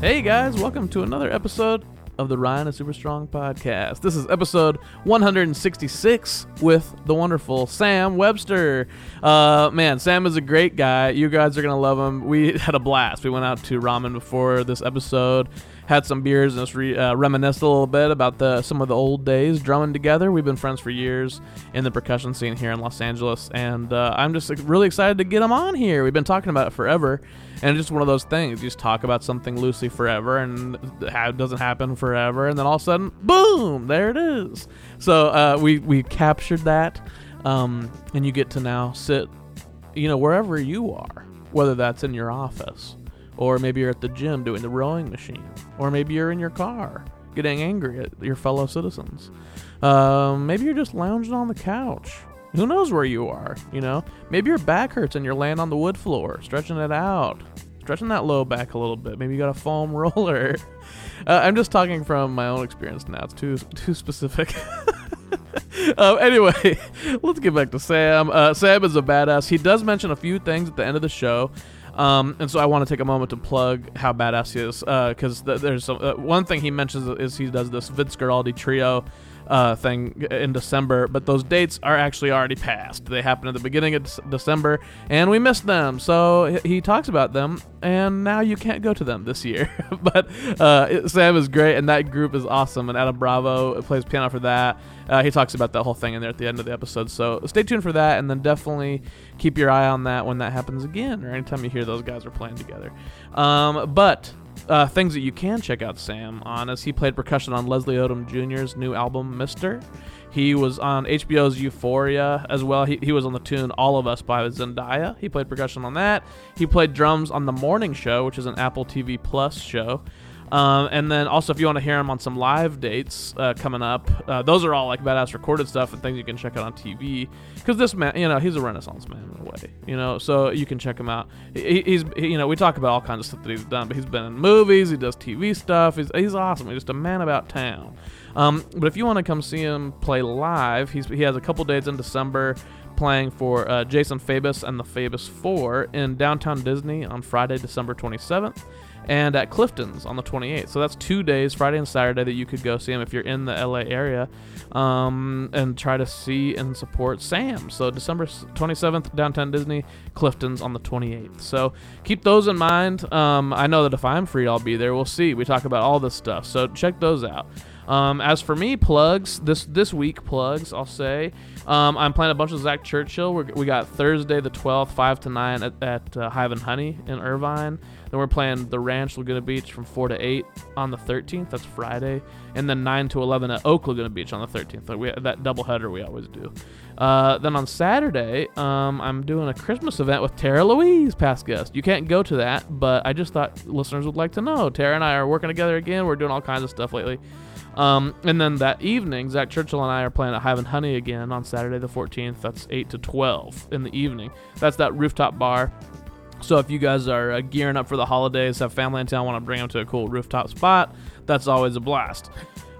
Hey guys, welcome to another episode of the Ryan is Super Strong podcast. This is episode 166 with the wonderful Sam Webster. Uh, man, Sam is a great guy. You guys are gonna love him. We had a blast. We went out to ramen before this episode, had some beers, and just re- uh, reminisced a little bit about the some of the old days drumming together. We've been friends for years in the percussion scene here in Los Angeles, and uh, I'm just like, really excited to get him on here. We've been talking about it forever. And it's just one of those things. You just talk about something loosely forever, and it ha- doesn't happen forever, and then all of a sudden, boom, there it is. So uh, we we captured that, um, and you get to now sit, you know, wherever you are, whether that's in your office, or maybe you're at the gym doing the rowing machine, or maybe you're in your car getting angry at your fellow citizens. Um, maybe you're just lounging on the couch. Who knows where you are, you know? Maybe your back hurts and you're laying on the wood floor, stretching it out, stretching that low back a little bit. Maybe you got a foam roller. Uh, I'm just talking from my own experience now. It's too too specific. um, anyway, let's get back to Sam. Uh, Sam is a badass. He does mention a few things at the end of the show. Um, and so I want to take a moment to plug how badass he is, because th- there's some, uh, one thing he mentions is he does this Vince Guaraldi trio uh, thing in December, but those dates are actually already passed. They happened at the beginning of Dec- December, and we missed them. So he he talks about them, and now you can't go to them this year. but uh, it- Sam is great, and that group is awesome. And Adam Bravo plays piano for that. Uh, he talks about that whole thing in there at the end of the episode. So stay tuned for that, and then definitely keep your eye on that when that happens again, or anytime you hear those guys are playing together. Um, but uh, things that you can check out Sam on is he played percussion on Leslie Odom Jr.'s new album, Mister. He was on HBO's Euphoria as well. He, he was on the tune All of Us by Zendaya. He played percussion on that. He played drums on The Morning Show, which is an Apple TV Plus show. Um, and then also, if you want to hear him on some live dates uh, coming up, uh, those are all like badass recorded stuff and things you can check out on TV. Because this man, you know, he's a renaissance man in a way, you know, so you can check him out. He, he's, he, you know, we talk about all kinds of stuff that he's done, but he's been in movies, he does TV stuff. He's, he's awesome. He's just a man about town. Um, but if you want to come see him play live, he's, he has a couple dates in December playing for uh, Jason Fabus and the Fabus Four in downtown Disney on Friday, December 27th, and at Clifton's on the 28th. So that's two days, Friday and Saturday, that you could go see him if you're in the LA area um, and try to see and support Sam. So December s- 27th, downtown Disney, Clifton's on the 28th. So keep those in mind. Um, I know that if I'm free, I'll be there. We'll see. We talk about all this stuff. So check those out. Um, as for me, plugs this this week plugs I'll say um, I'm playing a bunch of Zach Churchill. We're, we got Thursday the 12th, five to nine at, at uh, Hive and Honey in Irvine. Then we're playing the Ranch Laguna Beach from four to eight on the 13th. That's Friday, and then nine to 11 at Oak Laguna Beach on the 13th. Like we, that double header we always do. Uh, then on Saturday, um, I'm doing a Christmas event with Tara Louise, past guest. You can't go to that, but I just thought listeners would like to know. Tara and I are working together again. We're doing all kinds of stuff lately. Um, and then that evening, Zach Churchill and I are playing at Hive and Honey again on Saturday the 14th. That's 8 to 12 in the evening. That's that rooftop bar. So if you guys are uh, gearing up for the holidays, have family in town, want to bring them to a cool rooftop spot, that's always a blast.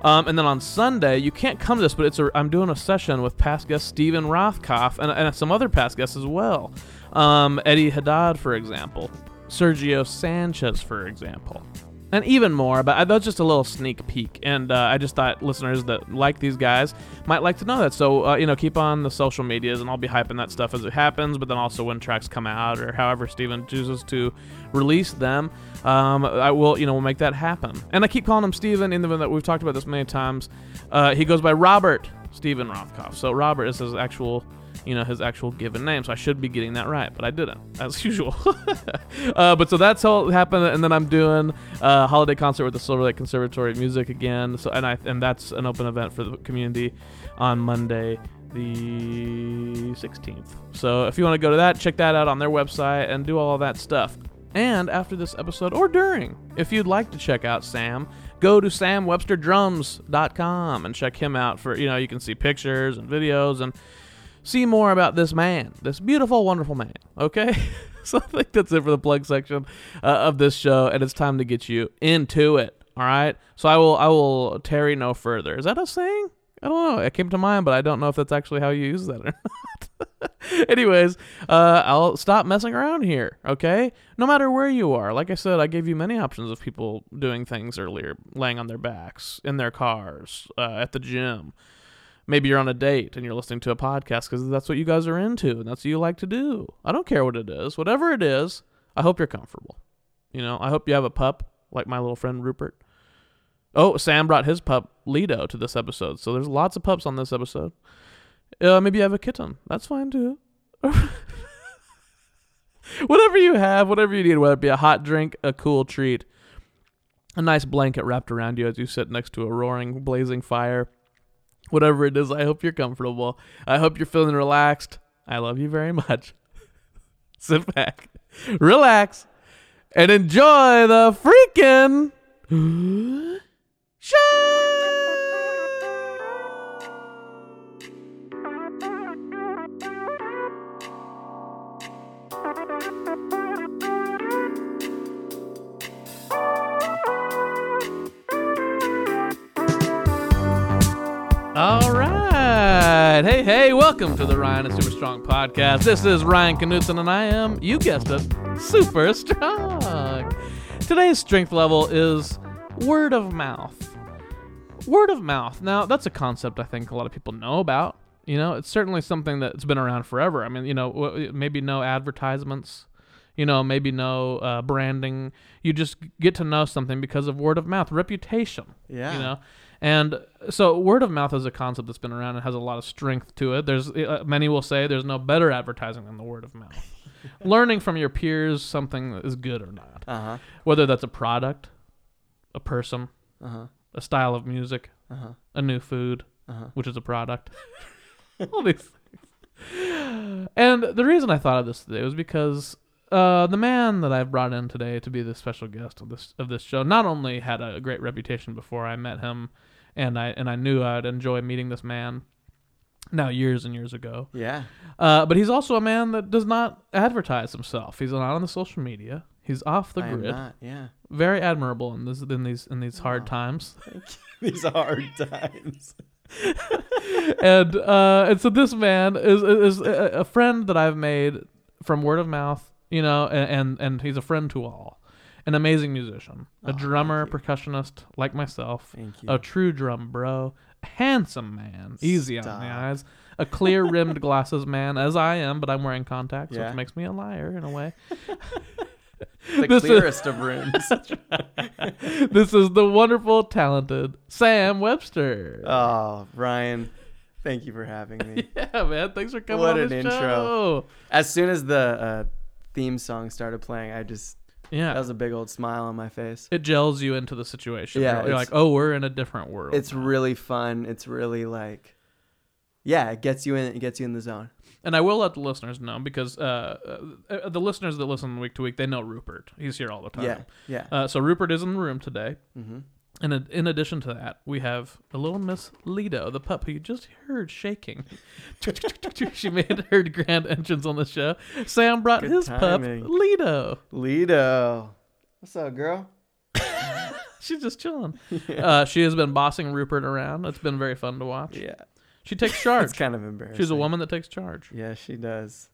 Um, and then on Sunday, you can't come to this, but it's a, I'm doing a session with past guest Steven Rothkopf and, and some other past guests as well. Um, Eddie Haddad, for example. Sergio Sanchez, for example and even more. But I- that's just a little sneak peek, and uh, I just thought listeners that like these guys might like to know that. So uh, you know, keep on the social medias, and I'll be hyping that stuff as it happens. But then also when tracks come out, or however Steven chooses to release them, um, I will you know we'll make that happen. And I keep calling him Steven, even though we've talked about this many times. Uh, he goes by Robert Steven Rothkopf. So Robert is his actual you know his actual given name so i should be getting that right but i didn't as usual uh, but so that's all happened and then i'm doing a holiday concert with the silver lake conservatory of music again so and i and that's an open event for the community on monday the 16th so if you want to go to that check that out on their website and do all that stuff and after this episode or during, if you'd like to check out Sam, go to samwebsterdrums.com and check him out for, you know, you can see pictures and videos and see more about this man, this beautiful, wonderful man. Okay? so I think that's it for the plug section uh, of this show, and it's time to get you into it. All right? So I will I will tarry no further. Is that a saying? I don't know. It came to mind, but I don't know if that's actually how you use that or not. Anyways, uh, I'll stop messing around here, okay? No matter where you are. Like I said, I gave you many options of people doing things earlier laying on their backs, in their cars, uh, at the gym. Maybe you're on a date and you're listening to a podcast because that's what you guys are into and that's what you like to do. I don't care what it is. Whatever it is, I hope you're comfortable. You know, I hope you have a pup like my little friend Rupert. Oh, Sam brought his pup Lido to this episode, so there's lots of pups on this episode. Uh, maybe you have a kitten. That's fine too. whatever you have, whatever you need, whether it be a hot drink, a cool treat, a nice blanket wrapped around you as you sit next to a roaring, blazing fire, whatever it is, I hope you're comfortable. I hope you're feeling relaxed. I love you very much. sit back, relax, and enjoy the freaking. All right. Hey, hey, welcome to the Ryan and Super Strong podcast. This is Ryan Knutson, and I am, you guessed it, super strong. Today's strength level is word of mouth. Word of mouth. Now, that's a concept I think a lot of people know about. You know, it's certainly something that's been around forever. I mean, you know, w- maybe no advertisements, you know, maybe no uh, branding. You just get to know something because of word of mouth, reputation. Yeah. You know, and so word of mouth is a concept that's been around and has a lot of strength to it. There's uh, many will say there's no better advertising than the word of mouth. Learning from your peers something that is good or not, Uh huh. whether that's a product, a person, Uh huh. a style of music, Uh huh. a new food, Uh-huh. which is a product. All these things. And the reason I thought of this today was because uh, the man that I've brought in today to be the special guest of this of this show not only had a great reputation before I met him, and I and I knew I'd enjoy meeting this man. Now years and years ago, Yeah. uh, but he's also a man that does not advertise himself. He's not on the social media. He's off the I am grid. not. Yeah. Very admirable in this in these in these hard times. These are hard times. and uh, and so this man is is a a friend that I've made from word of mouth, you know, and and, and he's a friend to all, an amazing musician, a Oh, drummer, thank percussionist like myself, Thank you. a true drum bro, handsome man, easy on the Stop. eyes, a clear rimmed glasses man as I am, but I'm wearing contacts, Yeah. which makes me a liar in a way. the this is- clearest of rooms. this is the wonderful, talented Sam Webster. oh, Ryan, thank you for having me. yeah, man, thanks for coming What on an this intro. show. As soon as the uh, theme song started playing, I just Yeah. that was a big old smile on my face. it gels you into the situation. Yeah, Yeah, you're it's- like, oh, we're in a different world. It's really fun. It's really like, yeah, it gets you in. It gets you in the zone. and I will let the listeners know because uh, uh, the listeners that listen week to week, they know Rupert. He's here all the time. Yeah. Yeah. Uh, so Rupert is in the room today, mm-hmm. and in- in addition to that, we have a little Miss Lido, the pup who you just heard shaking. she made her grand entrance on the show. Sam brought Good his timing. pup Lido. Lido, what's up, girl? She's just chilling. Uh, she has been bossing Rupert around. It's been very fun to watch. Yeah. She takes It's charge. kind of embarrassing. She's a woman that takes charge. Yeah, she does.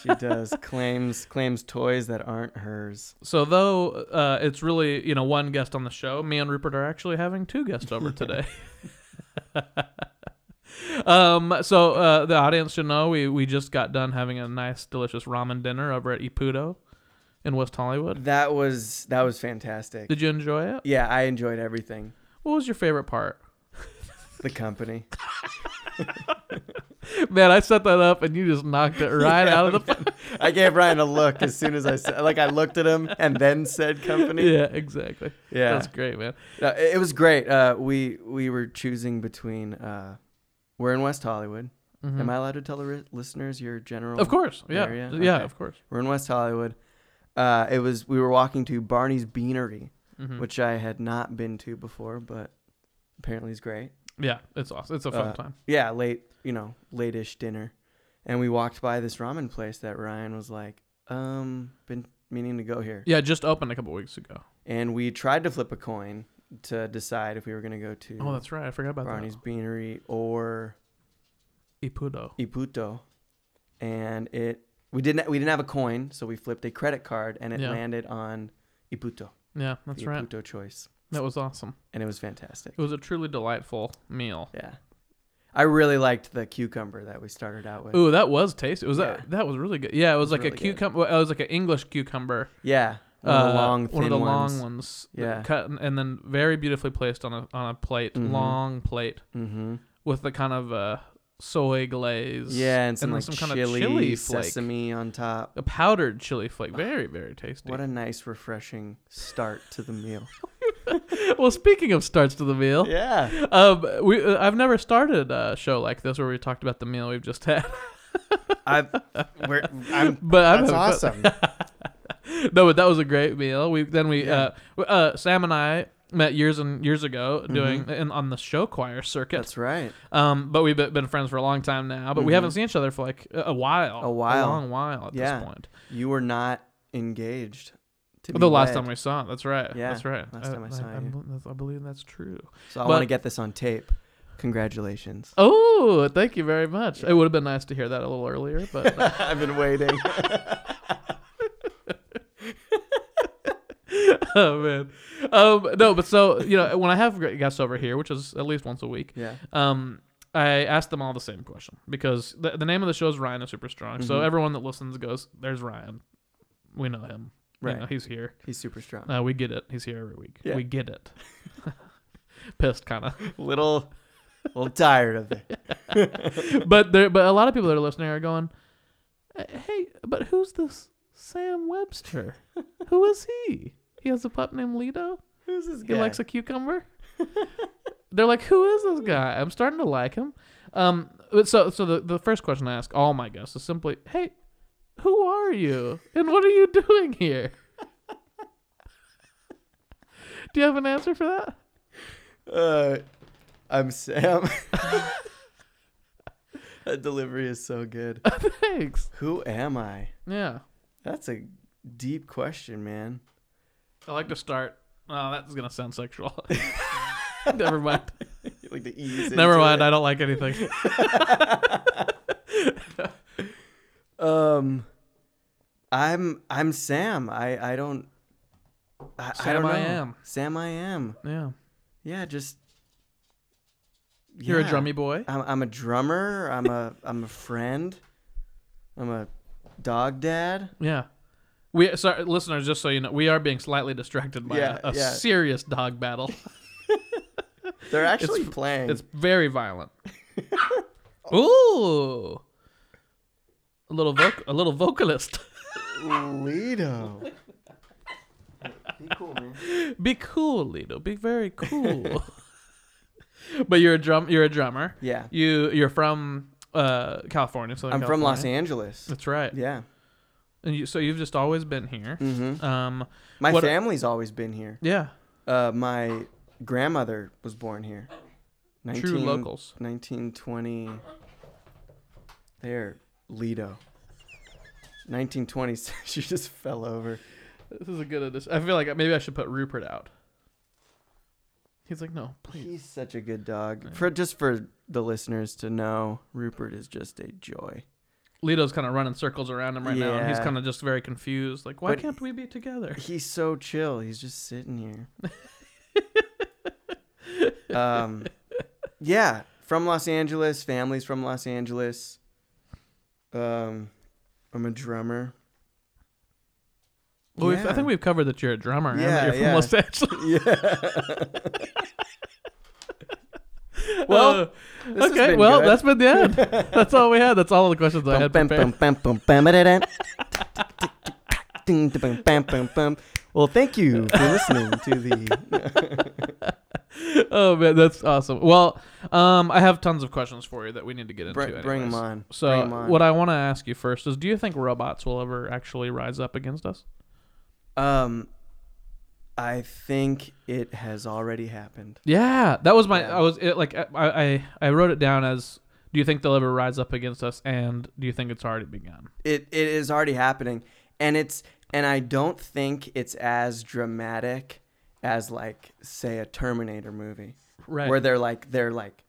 she does. Claims claims toys that aren't hers. So though uh, it's really you know one guest on the show, me and Rupert are actually having two guests over today. um, so uh, the audience should know we we just got done having a nice delicious ramen dinner over at Ipudo in West Hollywood. That was that was fantastic. Did you enjoy it? Yeah, I enjoyed everything. What was your favorite part? The company. Man, I set that up and you just knocked it right out of the park. I gave Ryan a look as soon as I said like I looked at him and then said company. Yeah, exactly. Yeah. That's great, man. No, it it was great. Uh, we we were choosing between uh, we're in West Hollywood. Mhm. Am I allowed to tell the ri- listeners your general Of course, yeah, Area? yeah, Okay. of course. We're in West Hollywood. Uh, it was we were walking to Barney's Beanery, Mhm. which I had not been to before, but apparently is great. Yeah, it's awesome. It's a fun Uh, time. Yeah, late, you know, late-ish dinner, and we walked by this ramen place that Ryan was like, um, been meaning to go here, Yeah, it just opened a couple weeks ago. and we tried to flip a coin, to decide if we were gonna go to Oh, that's right. I forgot about Barney's Beanery or that. Ipudo. Iputo, and it we didn't we didn't have a coin, so we flipped a credit card, and it Yeah. landed on Iputo. Yeah, that's the right. Iputo choice, That was awesome. and it was fantastic. It was a truly delightful meal. Yeah, I really liked the cucumber that we started out with. Ooh, that was tasty. Was Yeah. that that was really good. Yeah, it was, was like really a good. cucumber. It was like an English cucumber. Yeah, one of the Uh, long, one of thin the ones. long ones. that Yeah. cut and, and then very beautifully placed on a on a plate, Mhm. long plate Mm-hmm. with the kind of uh, soy glaze. Yeah, and some then like some kind chili, of chili flake, sesame on top. a powdered chili flake. Very very tasty. What a nice, refreshing start to the meal. well, speaking of starts to the meal, yeah, um, we uh, I've never started a show like this where we talked about the meal we've just had. I, we're, I'm. but I'm That's having fun. awesome. no, but that was a great meal. We then we Yeah. uh, w- uh, Sam and I met years and years ago doing uh, in, on the show choir circuit. That's right. um, but we've been- been friends for a long time now. But we haven't seen each other for like a a while, A while. Mm-hmm. a long while at Yeah. this point. You were not engaged. To be the last wed. time we saw, it. that's right. Yeah, that's right. last time I saw I, you. bel- that's- I believe that's true. So I want to but- get this on tape. Congratulations. Oh, thank you very much. It would have been nice to hear that a little earlier, but I've been waiting. oh man, um, no. But so you know, when I have guests over here, which is at least once a week, yeah. um, I asked them all the same question because the, the name of the show is Ryan is Super Strong. So Mhm. everyone that listens goes, "There's Ryan. We know him. You Right. know, he's here. He's super strong. Uh, we get it. He's here every week. Yeah. We get it." Pissed, kind of. little, little tired of it. but there, but a lot of people that are listening are going, "Uh, "Hey, but who's this Sam Webster? Who is he? He has a pup named Lido. Who's this He likes a cucumber." They're like, "Who is this guy? I'm starting to like him." Um, but so so the the first question I ask all my guests is simply, "Hey, who are you, and what are you doing here?" Do you have an answer for that? Uh, I'm Sam. that delivery is so good. Thanks. Who am I? Yeah. That's a deep question, man. I like to start. Oh, that's gonna sound sexual. Never mind. You like to ease Never into mind. it. I don't like anything. Um, I'm I'm Sam. I I don't. I, I Sam don't know. I am. Sam I am. Yeah. Yeah, just. You're Yeah. a drummy boy. I'm, I'm a drummer. I'm a I'm a friend. I'm a dog dad. Yeah. We sorry, listeners, just so you know, we are being slightly distracted by Yeah, a, a yeah. serious dog battle. They're actually playing. It's very violent. Ooh. A little voc- a little vocalist. Lido. Be cool, man. Be cool, Lido. Be very cool. but you're a drum you're a drummer. Yeah, You you're from uh California, Southern I'm from Los California. Angeles. That's right. Yeah. And you, so you've just always been here. hmm Um My What- family's always been here. yeah, Uh, my grandmother was born here. true 19 locals. 1920. There, Lido. 1920. she just fell over. This is a good addition. I feel like maybe I should put Rupert out. He's like, no, please. He's such a good dog. Yeah. For just for the listeners to know, Rupert is just a joy. Lito's kind of running circles around him right now, and he's Yeah. kind of just very confused. Like, why But- can't we be together? He's so chill. He's just sitting here. um, yeah, from Los Angeles. Family's from Los Angeles. Um, I'm a drummer. Well, we've, I Yeah. think we've covered that you're a drummer. and that Yeah, you're from yeah. Los Angeles. Well, Uh, Oh, this has okay. been Well, good. that's been the end. that's all we had. That's all the questions I had prepared. Well, thank you for listening to the. Oh man, that's awesome. Well, um, I have tons of questions for you that we need to get into. Br- bring anyways. them on. So, Bring 'em on. what I want to ask you first is, do you think robots will ever actually rise up against us? Um, I think it has already happened. Yeah, that was my. Yeah. I was it, like, I, I I wrote it down as, do you think they'll ever rise up against us, and do you think it's already begun? It it is already happening, and it's and I don't think it's as dramatic as like say a Terminator movie Right. where they're like they're like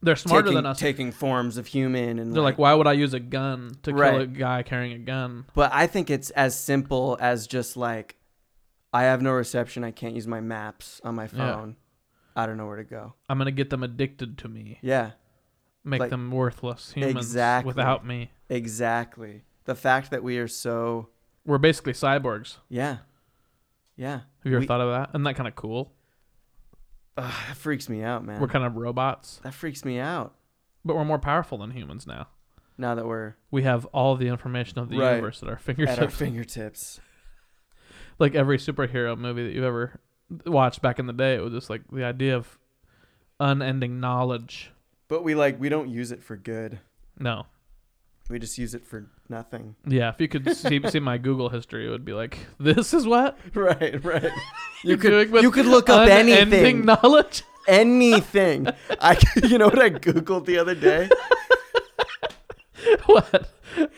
they're smarter taking, than us. taking forms of human and They're like, why would I use a gun to kill Right. a guy carrying a gun? But I think it's as simple as just like, I have no reception. I can't use my maps on my phone. I don't know where to go. I'm gonna get them addicted to me, Yeah, make Like- them worthless humans Exactly. without me. exactly. The fact that we are so We're basically cyborgs. yeah, yeah, Have you ever We- thought of that? Isn't that kind of cool? Ugh, that freaks me out, man. We're kind of robots, that freaks me out. but we're more powerful than humans now. Now that we're We have all the information of the Right. universe at our fingertips. at our fingertips. like every superhero movie that you've ever watched back in the day, it was just like the idea of unending knowledge. But we like we don't use it for good. No, We just use it for nothing. yeah. If you could see see my Google history, it would be like, this is what Right, right. You you're doing could with you could look up unending anything. knowledge. anything. I you know what I googled the other day? what?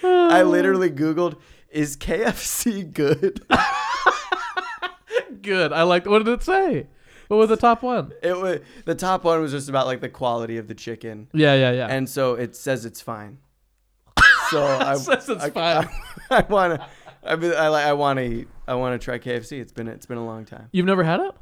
I literally Googled, is KFC good? Good. I liked. What did it say? What was the top one? It was the top one was just about like the quality of the chicken, Yeah, yeah, yeah. and so it says it's fine. So I Says it's I, fine. I, want to. I mean, I, li- I want to eat. I want to try KFC. It's been it's been a long time. You've never had it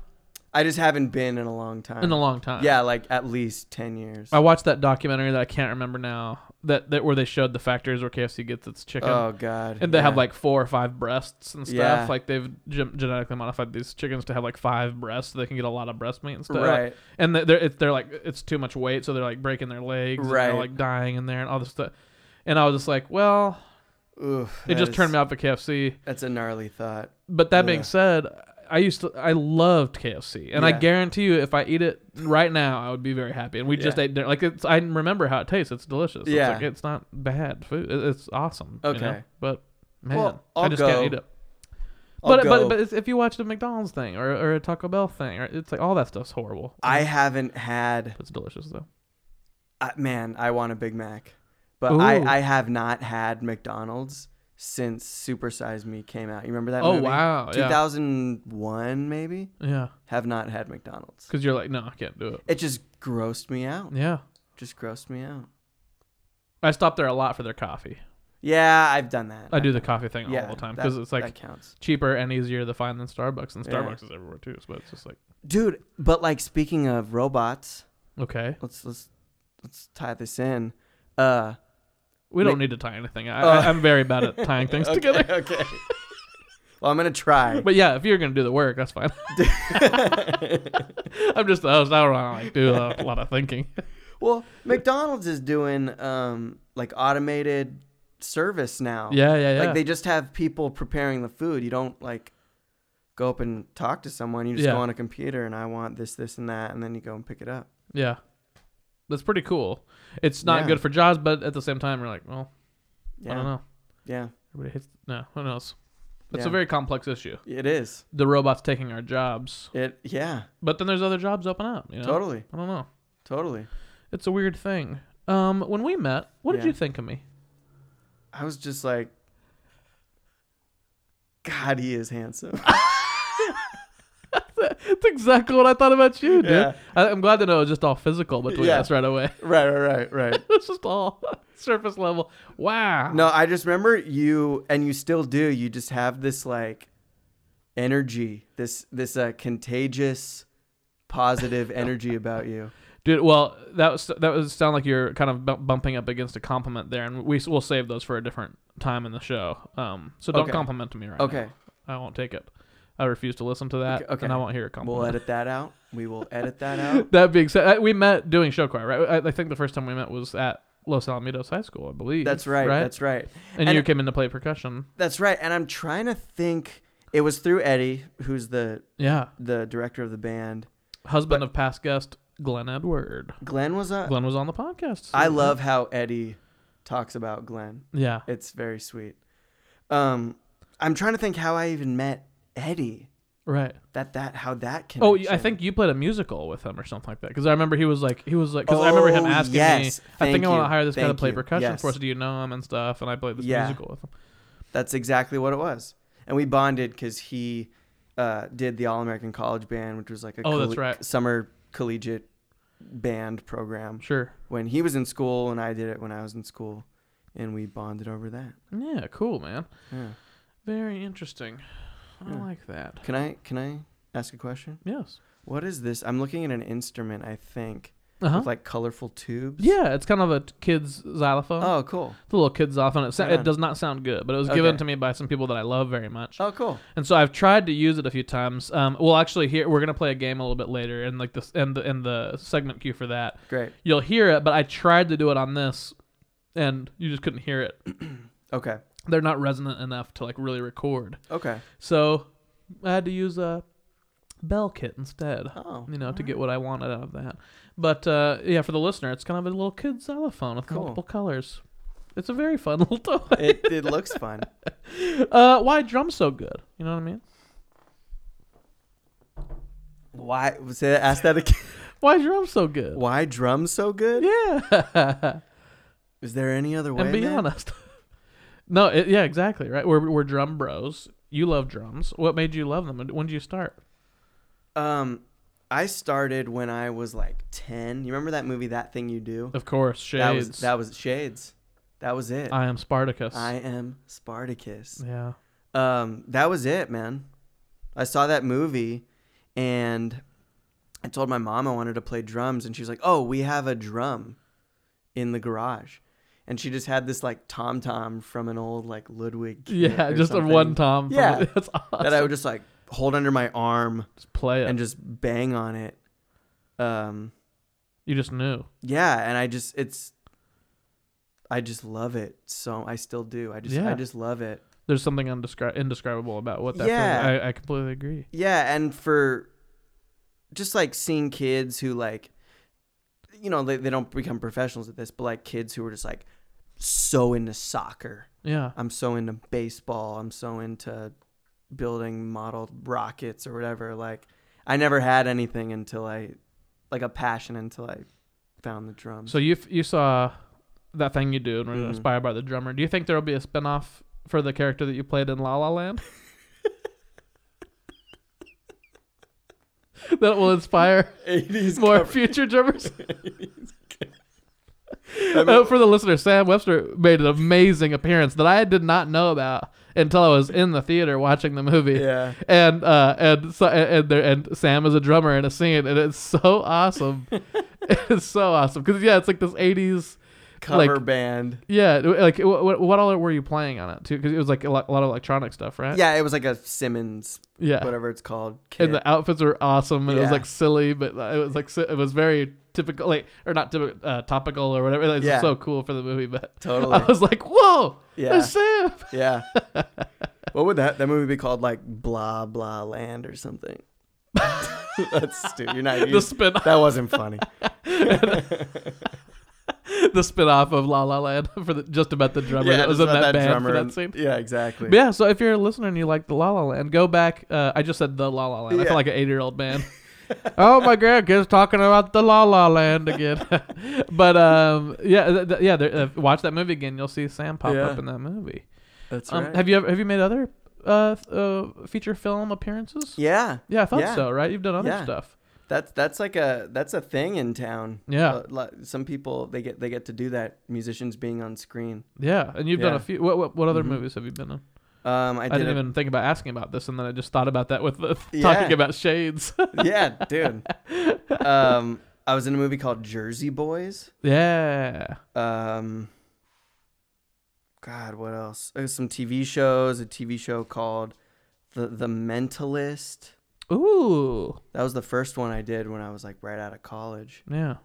I just haven't been in a long time. in a long time. yeah, like at least ten years. I watched that documentary that I can't remember now. That, that where they showed the factories where KFC gets its chicken. Oh God. And they have yeah. like four or five breasts and stuff. Yeah. Like they've gen- genetically modified these chickens to have like five breasts, so they can get a lot of breast meat and stuff. right. And they- they're it's, they're like it's too much weight, so they're like breaking their legs. And Right. they're like dying in there and all this stuff. And I was just like, well, Oof, it just turned me off to KFC. That's a gnarly thought. But that being Yeah. said, I used to I loved KFC, and I Yeah. guarantee you, if I eat it right now, I would be very happy. And we just Yeah. ate dinner. Like it's, I remember how it tastes. It's delicious. It's, Yeah. like, it's not bad food. It- It's awesome. you know? Okay. but man, Well, I I'll just can't go. eat it. I'll But, but go. but it's, if you watch the McDonald's thing or, or a Taco Bell thing, or, it's like all that stuff's horrible. I haven't had. But it's delicious though. I, man, I want a Big Mac, but Ooh. I, I have not had McDonald's since Super Size Me came out. You remember that? Oh movie? wow, yeah, 2001 maybe. yeah. Have not had McDonald's. Because you're like, no, I can't do it. It just grossed me out. Yeah, Just grossed me out. I stop there a lot for their coffee. Yeah, I've done that. I do the coffee thing all the time that- because it's like that counts, cheaper and easier to find than Starbucks, and Yeah. Starbucks is everywhere too. So it's just like, dude. But like speaking of robots, okay, let's let's let's tie this in. Uh, we don't Mc- need to tie anything. I, Uh. I, I'm very bad at tying things okay, together. Okay. well, I'm gonna try. But yeah, if you're gonna do the work, that's fine. I'm just I was I don't wanna, like do a lot of thinking. Well, McDonald's is doing um like automated service now. Yeah, yeah, yeah. Oh. Like they just have people preparing the food. You don't like go up and talk to someone. You just Yeah. go on a computer and I want this, this, and that, and then you go and pick it up. yeah, that's pretty cool. It's not Yeah. good for jobs, but at the same time, you're like, well, Yeah. I don't know. Yeah. Everybody hates no. Who knows? It's a Yeah. very complex issue. It is. The robots taking our jobs, It yeah. but then there's other jobs open up. You know? Totally. I don't know. Totally. It's a weird thing. Um, when we met, what did Yeah. you think of me? I was just like God, he is handsome. That's exactly what I thought about you, dude. Yeah. I, I'm glad to know it was just all physical between Yeah. us right away. right, right, right, right. it's just all surface level. Wow. No, I just remember you, and you still do. You just have this like energy, this this uh, contagious, positive energy about you. dude. Well, that was that was sound like you're kind of bu- bumping up against a compliment there, and we we'll save those for a different time in the show. Um, so don't Okay. compliment me right Okay, now. I won't take it. I refuse to listen to that, Okay, okay. and I won't hear a compliment. we'll edit that out. We will edit that out. That being said, uh, we met doing show choir, right? I, I think the first time we met was at Los Alamitos High School, I believe. That's right. That's right. and, and- you came in to play percussion. That's right. And I'm trying to think. It was through Eddie, who's the Yeah, the director of the band. husband of past guest Glenn Edward. Glenn was a. Glenn was on the podcast. I love how Eddie talks about Glenn. Yeah, It's very sweet. Um, I'm trying to think how I even met Eddie. right. That that how that can. Oh, I think you played a musical with him or something like that. Because I remember he was like, he was like, because I remember him Oh, asking yes. me, I think Thank I want to you. hire this guy to Thank play you. percussion for Yes. us. Do you know him and stuff? And I played this Yeah. musical with him. That's exactly what it was. And we bonded because he, uh, did the All American College Band, which was like a Oh, that's right. summer collegiate band program Sure. when he was in school and I did it when I was in school, and we bonded over that. Yeah, cool, man. Yeah. Very interesting. I Yeah. like that. Can I can I ask a question? Yes. What is this? I'm looking at an instrument. I think Uh huh. with like colorful tubes. yeah, it's kind of a t- kid's xylophone. Oh, cool. It's a little kid's xylophone. It, sa- Right it on. does not sound good, but it was given Okay. to me by some people that I love very much. Oh, cool. And so I've tried to use it a few times. Um, well, actually, here we're gonna play a game a little bit later, and like this, and the and the segment cue for that, Great. you'll hear it. But I tried to do it on this, and you just couldn't hear it. Okay. They're not resonant enough to like really record. Okay. So I had to use a bell kit instead. Oh, you know, to get what I wanted out of that. But uh, yeah, for the listener, it's kind of a little kid xylophone with Cool. multiple colors. It's a very fun little toy. it it looks fun. Uh, why drums so good? You know what I mean? Why say that, ask that again? Why drums so good? Why drums so good? Yeah. Is there any other way? and be man? honest. no, it, yeah, exactly, right? We're, we're drum bros. You love drums. What made you love them? And When did you start? Um, I started when I was like ten. You remember that movie, That Thing You Do? Of course, That Shades. was that was Shades. That was it. I am Spartacus. I am Spartacus. yeah. Um, that was it, man. I saw that movie, and I told my mom I wanted to play drums, and she was like, "Oh, we have a drum in the garage," and she just had this like tom tom from an old like Ludwig. kit Yeah, or just a something one tom. from- Yeah. That's awesome. that I would just like hold under my arm just play it. and just bang on it. Um, you just knew. yeah, and I just it's. I just love it. So I still do. I just Yeah. I just love it. There's something undescri- indescribable about what that Yeah. feels. I, I completely agree. Yeah, and for just like seeing kids who like you know, they, they don't become professionals at this, but like kids who are just like so into soccer. Yeah. I'm so into baseball. I'm so into building model rockets or whatever. Like I never had anything until I like a passion until I found the drums. So you f- you saw that thing you do and were Mhm. inspired by the drummer. Do you think there will be a spin off for the character that you played in La La Land? that will inspire 80s more cover- future drummers. Uh, for the listener, Sam Webster made an amazing appearance that I did not know about until I was in the theater watching the movie. Yeah. and uh and so and there and Sam is a drummer in a scene and it's so awesome. it's so awesome because yeah, it's like this '80s. Cover band. Yeah, like what, what all were you playing on it too? Because it was like a lot, a lot of electronic stuff, right? Yeah, it was like a Simmons uh, yeah. whatever it's called. And Kit. the outfits were awesome, and it was Yeah. like silly, but uh, it was like si- it was very typical, like or not typical, uh, topical or whatever. It was Yeah. so cool for the movie, but Totally. I was like, whoa, Yeah. that's Sam. Yeah. what would that that movie be called? Like blah blah land or something. That's stupid. You're not. The You, spin that wasn't funny. the spin off of La La Land for the, just about the drummer that was just in about that, band for and- that scene. Yeah, exactly. But yeah, so if you're a listener and you like the La La Land, go back. Uh, I just said the La La Land. I Yeah. feel like an eight year old man. oh my grandkids talking about the La La Land again. but um, yeah, th- th- yeah. there- Uh, watch that movie again. You'll see Sam pop Yeah. up in that movie. That's Um, right. Have you ever have you made other uh, th- uh feature film appearances? yeah, Yeah, I thought Yeah. so. Right, you've done other Yeah. stuff. that's that's like a that's a thing in town. Yeah. Uh, lo- some people they get they get to do that. Musicians being on screen. Yeah, and you've done Yeah. a few. What what, what other Mhm. movies have you been in? Um, I, I, did didn't a- even think about asking about this, and then I just thought about that with the, Yeah. talking about shades. yeah, dude. Um, I was in a movie called Jersey Boys. yeah. um god what else there's some tv shows a tv show called the the mentalist Ooh. that was the first one i did when i was like right out of college Yeah.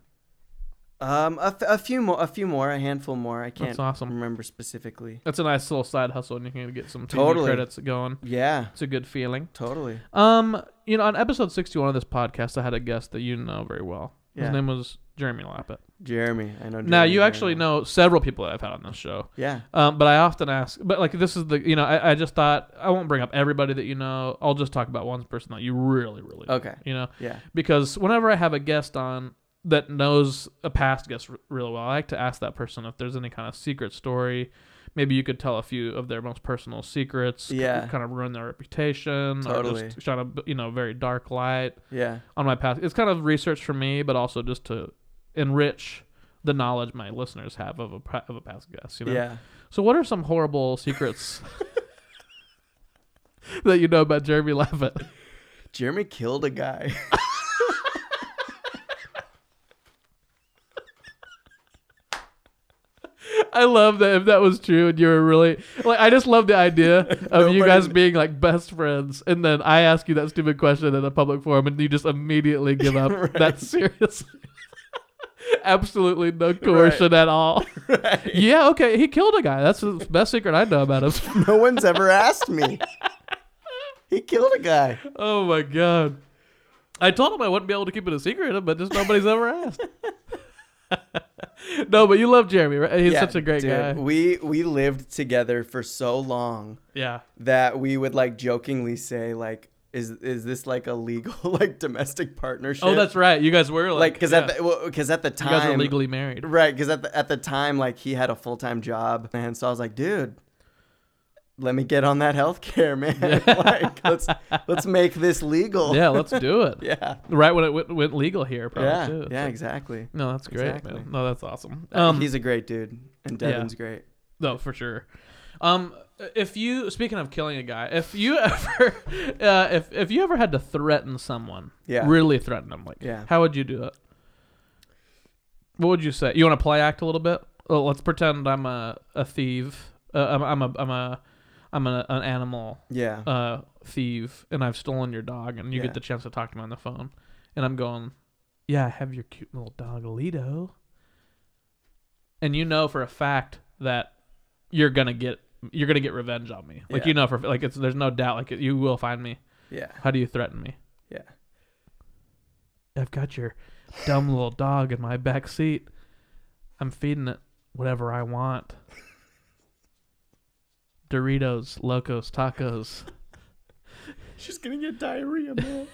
um a, f- a few more a few more a handful more i can't That's awesome. remember specifically That's a nice little side hustle, and you can get some TV Totally. credits going. yeah It's a good feeling. totally Um, you know, on episode sixty-one of this podcast, I had a guest that you know very well. Yeah. His name was Jeremy Lappet. jeremy i know jeremy now you very actually well. know several people that I've had on this show. yeah Um, but I often ask, but like this is the you know I, I just thought I won't bring up everybody that you know. I'll just talk about one person that you really really know, okay you know yeah because whenever I have a guest on that knows a past guest r- real well, I like to ask that person if there's any kind of secret story, maybe you could tell a few of their most personal secrets. k- Yeah. Kind of ruin their reputation. Or Totally. just shine a b- you know very dark light Yeah. on my past. It's kind of research for me, but also just to enrich the knowledge my listeners have of a pa- of a past guest. You know? Yeah. So, what are some horrible secrets that you know about Jeremy Levitt? Jeremy killed a guy. I love that if that was true and you were really like, I just love the idea of you Nobody- guys being like best friends, and then I ask you that stupid question in a public forum, and you just immediately give up that serious. Absolutely no coercion at all. Yeah, okay. He killed a guy. That's the best secret I know about him. no one's ever asked me. He killed a guy. Oh my god. I told him I wouldn't be able to keep it a secret, but just nobody's ever asked. no, but you love Jeremy, right? He's Yeah, such a great dude, guy. We we lived together for so long yeah. that we would like jokingly say like is is this like a legal like domestic partnership? Oh, that's right. You guys were like like because yeah. at the, well, 'cause at the you time guys were legally married. right because at the at the time like he had a full time job and so I was like dude. Let me get on that healthcare, man. like, let's let's make this legal. Yeah, Oh, let's do it. yeah, Right when it went, went legal here, probably. yeah, too. It's yeah. like- Exactly. No, that's great, Exactly. man. No, that's awesome. Um, He's a great dude, and yeah. Devin's great. No, for sure. Um, if you speaking of killing a guy, if you ever, uh, if if you ever had to threaten someone, Yeah. really threaten them, like, Yeah. how would you do it? What would you say? You want to play act a little bit? Well, let's pretend I'm a a thief. Uh, I'm I'm a I'm a I'm a, an animal Yeah. uh thief, and I've stolen your dog, and you Yeah. get the chance to talk to me on the phone, and I'm going, yeah, I have your cute little dog Alito, and you know for a fact that you're gonna get you're gonna get revenge on me. Like Yeah. you know for like it's there's no doubt like you will find me. yeah. How do you threaten me? Yeah. I've got your dumb little dog in my back seat. I'm feeding it whatever I want. Doritos, Locos, Tacos. She's gonna get diarrhea, man.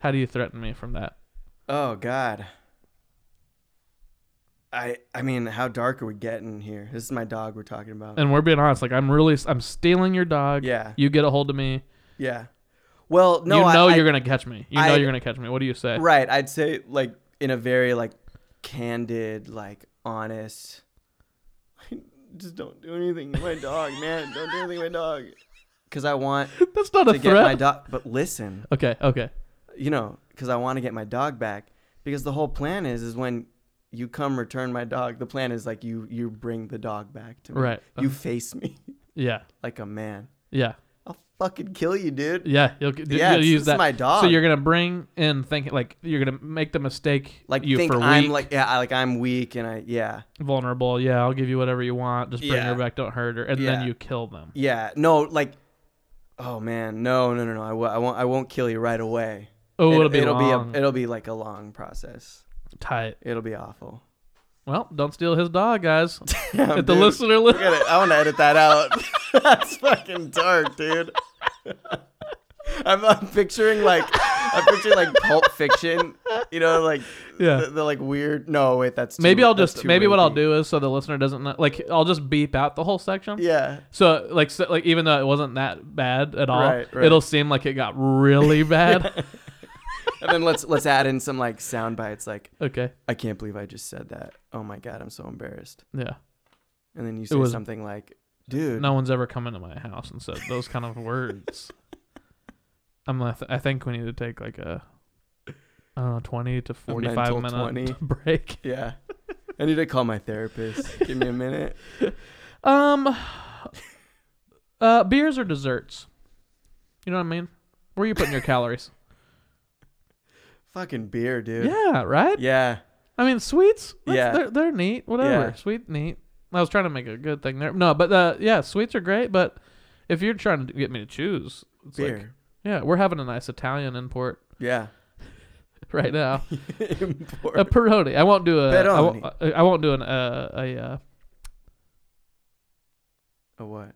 How do you threaten me from that? oh God. I I mean, how dark are we getting here? This is my dog we're talking about. And we're being honest. Like I'm really, I'm stealing your dog. yeah. You get a hold of me. Yeah. Well, no, you know I, you're I- gonna catch me. You know I- you're gonna catch me. What do you say? right. I'd say like in a very like candid, like honest. Just don't do anything to my dog, man. Don't do anything to my dog. Because I want That's not a to get my threat. dog. But listen, okay. Okay. you know, because I want to get my dog back. Because the whole plan is, is when you come return my dog. The plan is like you you bring the dog back to me. Right. You face me Yeah. like a man. Yeah. I'll fucking kill you, dude. Yeah. You'll, you'll Yeah, it's- use it's that. my dog. So you're gonna bring in thinking like you're gonna make the mistake Like you think for I'm weak, like yeah, I, like I'm weak and I yeah vulnerable. Yeah. I'll give you whatever you want. Just bring Yeah. her back. Don't hurt her. And Yeah. then you kill them. yeah no like oh man no no no no I, w- I won't I won't kill you right away. Oh, it, will be it'll long. be a, it'll be like a long process. tight. It'll be awful. Well, don't steal his dog, guys. Damn, if the dude. listener, Look at it. I want to edit that out. That's fucking dark, dude. I'm, I'm picturing like I'm picturing like Pulp Fiction. You know, like Yeah. the, the like weird. No, wait, that's too, maybe I'll that's just too maybe what I'll rapey. do is so the listener doesn't know, like I'll just beep out the whole section. Yeah, So like so, like even though it wasn't that bad at all, Right, right. it'll seem like it got really bad. and then let's let's add in some like sound bites. Like Okay. I can't believe I just said that. Oh my god, I'm so embarrassed. Yeah. And then you say was- something like, "Dude, No one's ever come into my house and said those kind of words. I'm gonna th- I think we need to take like a I don't know, 20 to 45 mental minute 20. break. yeah." I need to call my therapist. Give me a minute. Um uh beers or desserts? You know what I mean? Where are you putting your calories? Fucking beer, dude. Yeah, right? Yeah. I mean, sweets. that's- Yeah. they're, they're neat. Whatever, Yeah. sweet, neat. I was trying to make a good thing there. No, but uh, yeah, sweets are great. But if you're trying to get me to choose, it's beer. like, yeah, we're having a nice Italian import yeah. right now. Import. a Peroni. I won't do a. I won't, Peroni. I won't do an uh, a uh, A what?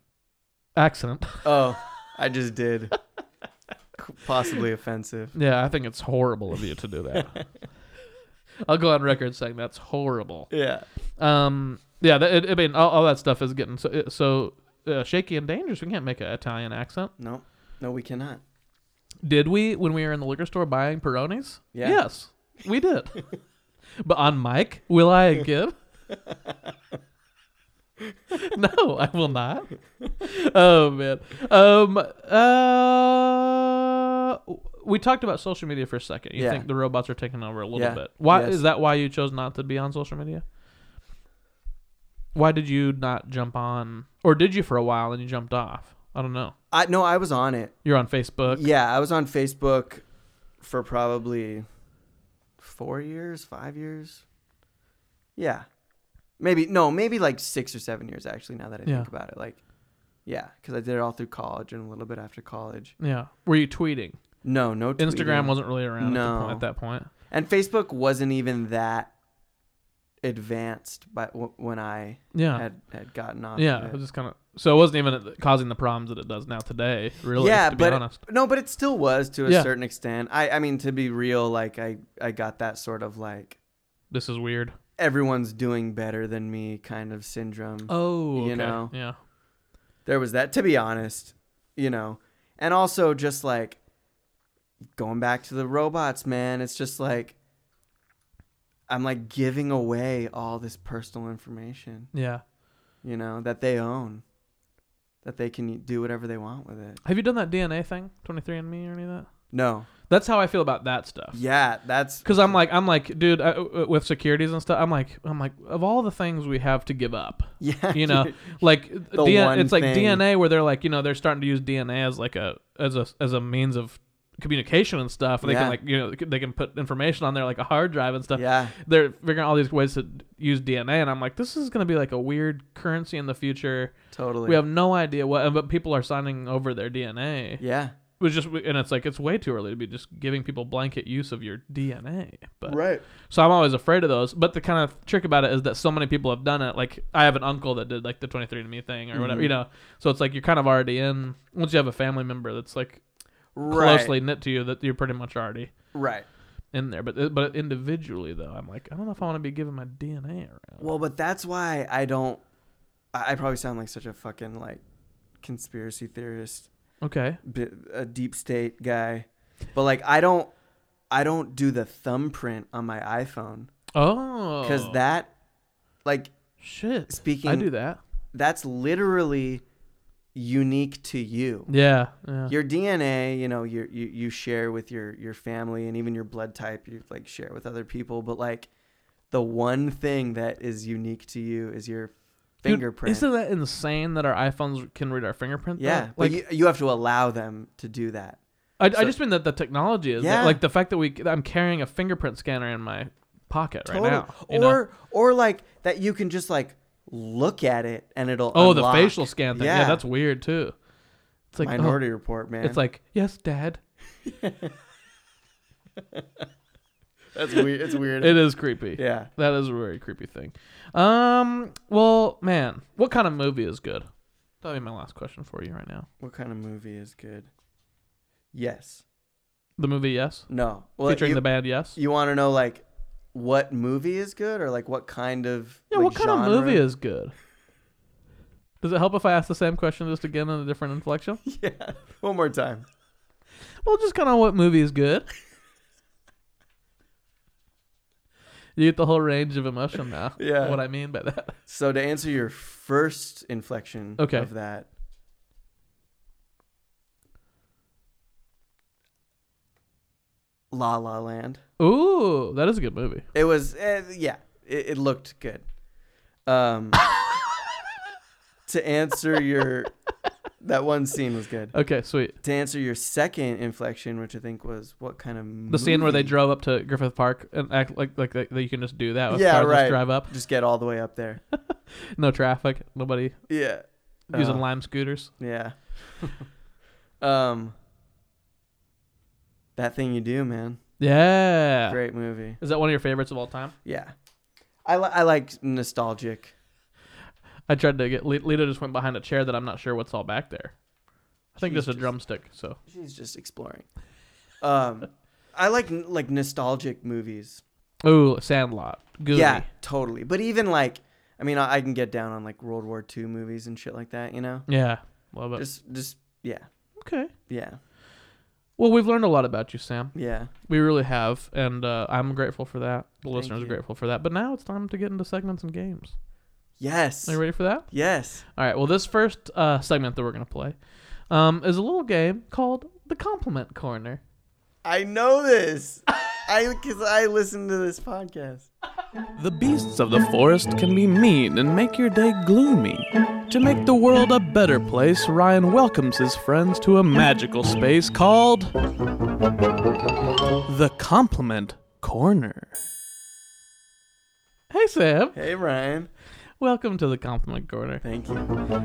accent. Oh, I just did. Possibly offensive. yeah, I think it's horrible of you to do that. I'll go on record saying that's horrible. Yeah. Um, Yeah, that, it, I mean, all, all that stuff is getting so so uh, shaky and dangerous. We can't make an Italian accent. No, no, we cannot. Did we when we were in the liquor store buying Peronis? Yeah. Yes, we did. but on Mike, will I give? no, I will not. Oh man. Um. Uh. We talked about social media for a second. You Yeah. think the robots are taking over a little Yeah. bit? Why Yes. is that? Why you chose not to be on social media? Why did you not jump on, or did you for a while and you jumped off? I don't know. I no, I was on it. You're on Facebook. Yeah, I was on Facebook for probably four years, five years. Yeah, maybe no, maybe like six or seven years actually. Now that I Yeah. think about it, like yeah, because I did it all through college and a little bit after college. Yeah. Were you tweeting? No, no. Tweeting. Instagram wasn't really around at, the No. point, at that point. and Facebook wasn't even that advanced, but w- when I Yeah. had had gotten off. yeah. of It it. was just kind of so it wasn't even causing the problems that it does now today. Really. yeah, To be but honest. no, but it still was to a Yeah. certain extent. I I mean to be real, like I I got that sort of like This is weird. everyone's doing better than me kind of syndrome. Oh. You know. Yeah. There was that to be honest, you know. And also just like going back to the robots, man, it's just like I'm like giving away all this personal information, Yeah. you know, that they own. That they can do whatever they want with it. Have you done that DNA thing, 23andMe or any of that? No. That's how I feel about that stuff. Yeah, that's Cause I'm like I'm like dude I, uh, with securities and stuff I'm like I'm like of all the things we have to give up yeah. you know like uh, DNA, one it's like thing. DNA where they're like you know they're starting to use DNA as like a as a as a means of communication and stuff and they can Yeah. like you know they can put information on there like a hard drive and stuff Yeah. they're figuring out all these ways to d- use DNA and I'm like this is going to be like a weird currency in the future Totally. we have no idea what but people are signing over their DNA yeah. it was just and it's like it's way too early to be just giving people blanket use of your DNA but Right. so I'm always afraid of those. But the kind of trick about it is that so many people have done it. Like I have an uncle that did like the 23andMe thing or whatever, Mhm. you know. So it's like you're kind of already in. Once you have a family member that's like Right. closely knit to you, that you're pretty much already Right. in there. But but individually though, I'm like I don't know if I want to be giving my DNA around. Well, but that's why I don't. I, I probably sound like such a fucking like conspiracy theorist, okay. bi- a deep state guy, but like I don't, I don't do the thumbprint on my iPhone Oh, because that, like, shit. speaking, I do that. that's literally unique to you. Yeah. Yeah. Your DNA, you know, your, you you share with your your family and even your blood type, you like share with other people, but like. The one thing that is unique to you is your Dude, fingerprint. Isn't that insane that our iPhones can read our fingerprint? though? Yeah, Like but you, you have to allow them to do that. I, I So- just mean that the technology is Yeah. there. like the fact that we that I'm carrying a fingerprint scanner in my pocket Total- right now. you know? or or like that you can just like look at it and it'll oh, unlock. the facial scan thing. Yeah. Yeah. that's weird too. It's like oh, Minority Report, man. it's like yes, Dad. that's weird. It's weird. It is creepy. yeah. That is a very creepy thing. Um. Well, man, what kind of movie is good? That'll be my last question for you right now. What kind of movie is good? Yes. The movie Yes, No. Well, featuring you, the band Yes. you want to know like what movie is good or like what kind of yeah. like, what kind genre? of movie is good? Does it help if I ask the same question just again in a different inflection? yeah. One more time. Well, just kind of what movie is good. you get the whole range of emotion now. Yeah. What I mean by that. So to answer your first inflection Okay. of that, La La Land. Ooh, that is a good movie. It was eh, yeah, it, it looked good. Um, to answer your that one scene was good. Okay, sweet. To answer your second inflection, which I think was what kind of The scene where they movie? drove up to Griffith Park and act like like that you can just do that. With Yeah, cars, just right. drive up, just get all the way up there. no traffic, nobody Yeah, using Oh. lime scooters. Yeah. um That thing you do, man. Yeah. Great movie. Is that one of your favorites of all time? Yeah. I li- I like nostalgic. I tried to get Le- Lita just went behind a chair that I'm not sure what's all back there. I think She's just a just- drumstick. So She's just exploring. Um I like n- like nostalgic movies. ooh, Sandlot, Goody. Yeah, totally. But even like I mean, I, I can get down on like World War II movies and shit like that, you know? Yeah. Love it. Just, just, yeah, okay. yeah, Well, we've learned a lot about you, Sam. yeah. We really have, and uh, I'm grateful for that. The listeners are you. grateful for that. But now it's time to get into segments and games. Yes. Are you ready for that? Yes. All right. Well, this first uh, segment that we're gonna play um, is a little game called the Compliment Corner. I know this. I, cause I listen to this podcast. The beasts of the forest can be mean and make your day gloomy. To make the world a better place, Ryan welcomes his friends to a magical space called the Compliment Corner. Hey Sam, Hey, Ryan. welcome to the Compliment Corner. Thank you.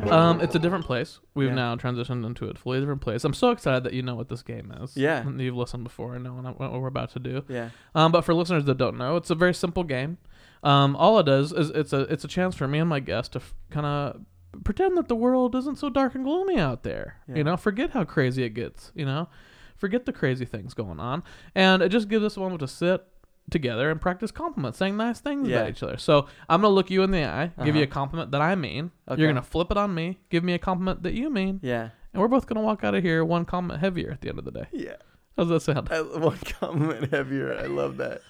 Um, it's a different place. We've Yeah. now transitioned into a fully different place. I'm so excited that you know what this game is. Yeah. and you've listened before and know what what we're about to do. Yeah. Um, but for listeners that don't know, it's a very simple game. Um, all it does is it's a it's a chance for me and my guest to f- kind of pretend that the world isn't so dark and gloomy out there. Yeah. You know, forget how crazy it gets. You know, forget the crazy things going on, and it just gives us a moment to sit together and practice compliments, saying nice things Yeah. about each other. So I'm gonna look you in the eye, give you Uh-huh. a compliment that I mean. Okay. You're gonna flip it on me, give me a compliment that you mean, Yeah. and we're both gonna walk out of here one comment heavier at the end of the day. Yeah. How's that sound? I, one compliment heavier. I love that.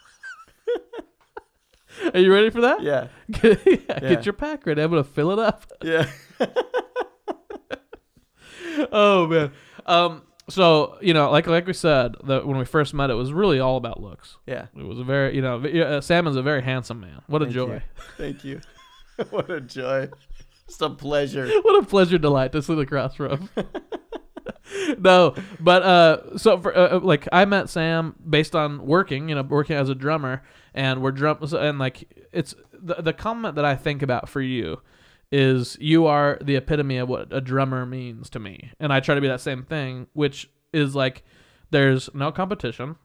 Are you ready for that? Yeah. get, yeah, Yeah. get your pack ready. I'm gonna fill it up. Yeah. Oh man. Um. So you know, like like we said, that when we first met, it was really all about looks. Yeah. It was a very you know, v- yeah, uh, Salmon's a very handsome man. What a Thank joy. you. Thank you. what a joy. It's a pleasure. what a pleasure delight to sit across from. no, but uh, so for uh, uh, like I met Sam based on working, you know, working as a drummer, and we're drum so- and like it's the the comment that I think about for you is you are the epitome of what a drummer means to me, and I try to be that same thing, which is like there's no competition.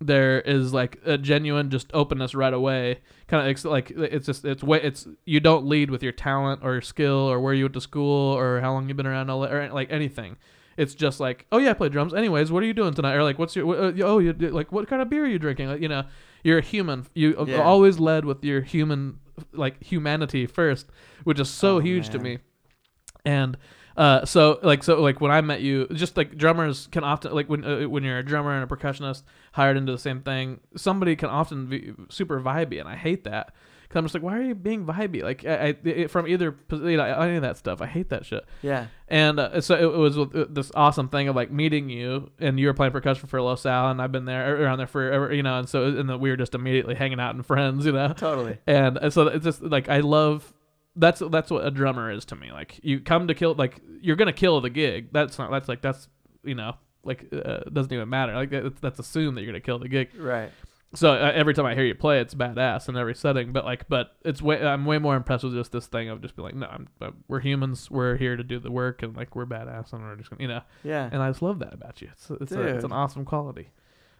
There is like a genuine just openness right away. Kind of ex- like it's just it's way it's you don't lead with your talent or your skill or where you went to school or how long you've been around all that- or like anything. It's just like oh yeah I play drums. Anyways, what are you doing tonight? Or like what's your wh- uh, oh you like what kind of beer are you drinking? Like, you know you're a human. You uh, Yeah. always led with your human like humanity first, which is so Oh, huge to man. me and uh, so like so like when I met you, just like drummers can often like when uh, when you're a drummer and a percussionist hired into the same thing, somebody can often be super vibey, and I hate that. Cause I'm just like, why are you being vibey? Like I, I it, from either pos- you know any of that stuff, I hate that shit. Yeah. And uh, so it, it was with, uh, this awesome thing of like meeting you, and you were playing percussion for Los Al, and I've been there er, around there forever, you know. And so and then we were just immediately hanging out and friends, you know Totally. and and so it's just like I love that's that's what a drummer is to me. Like you come to kill, like you're gonna kill the gig. That's not that's like that's you know like uh, doesn't even matter. Like that, that's assumed that you're gonna kill the gig. Right. So uh, every time I hear you play, it's badass in every setting. But like, but it's way I'm way more impressed with just this thing of just being like, no, I'm, i we're humans. We're here to do the work, and like we're badass, and we're just gonna, you know. Yeah. And I just love that about you. It's it's, a, it's an Dude. awesome quality.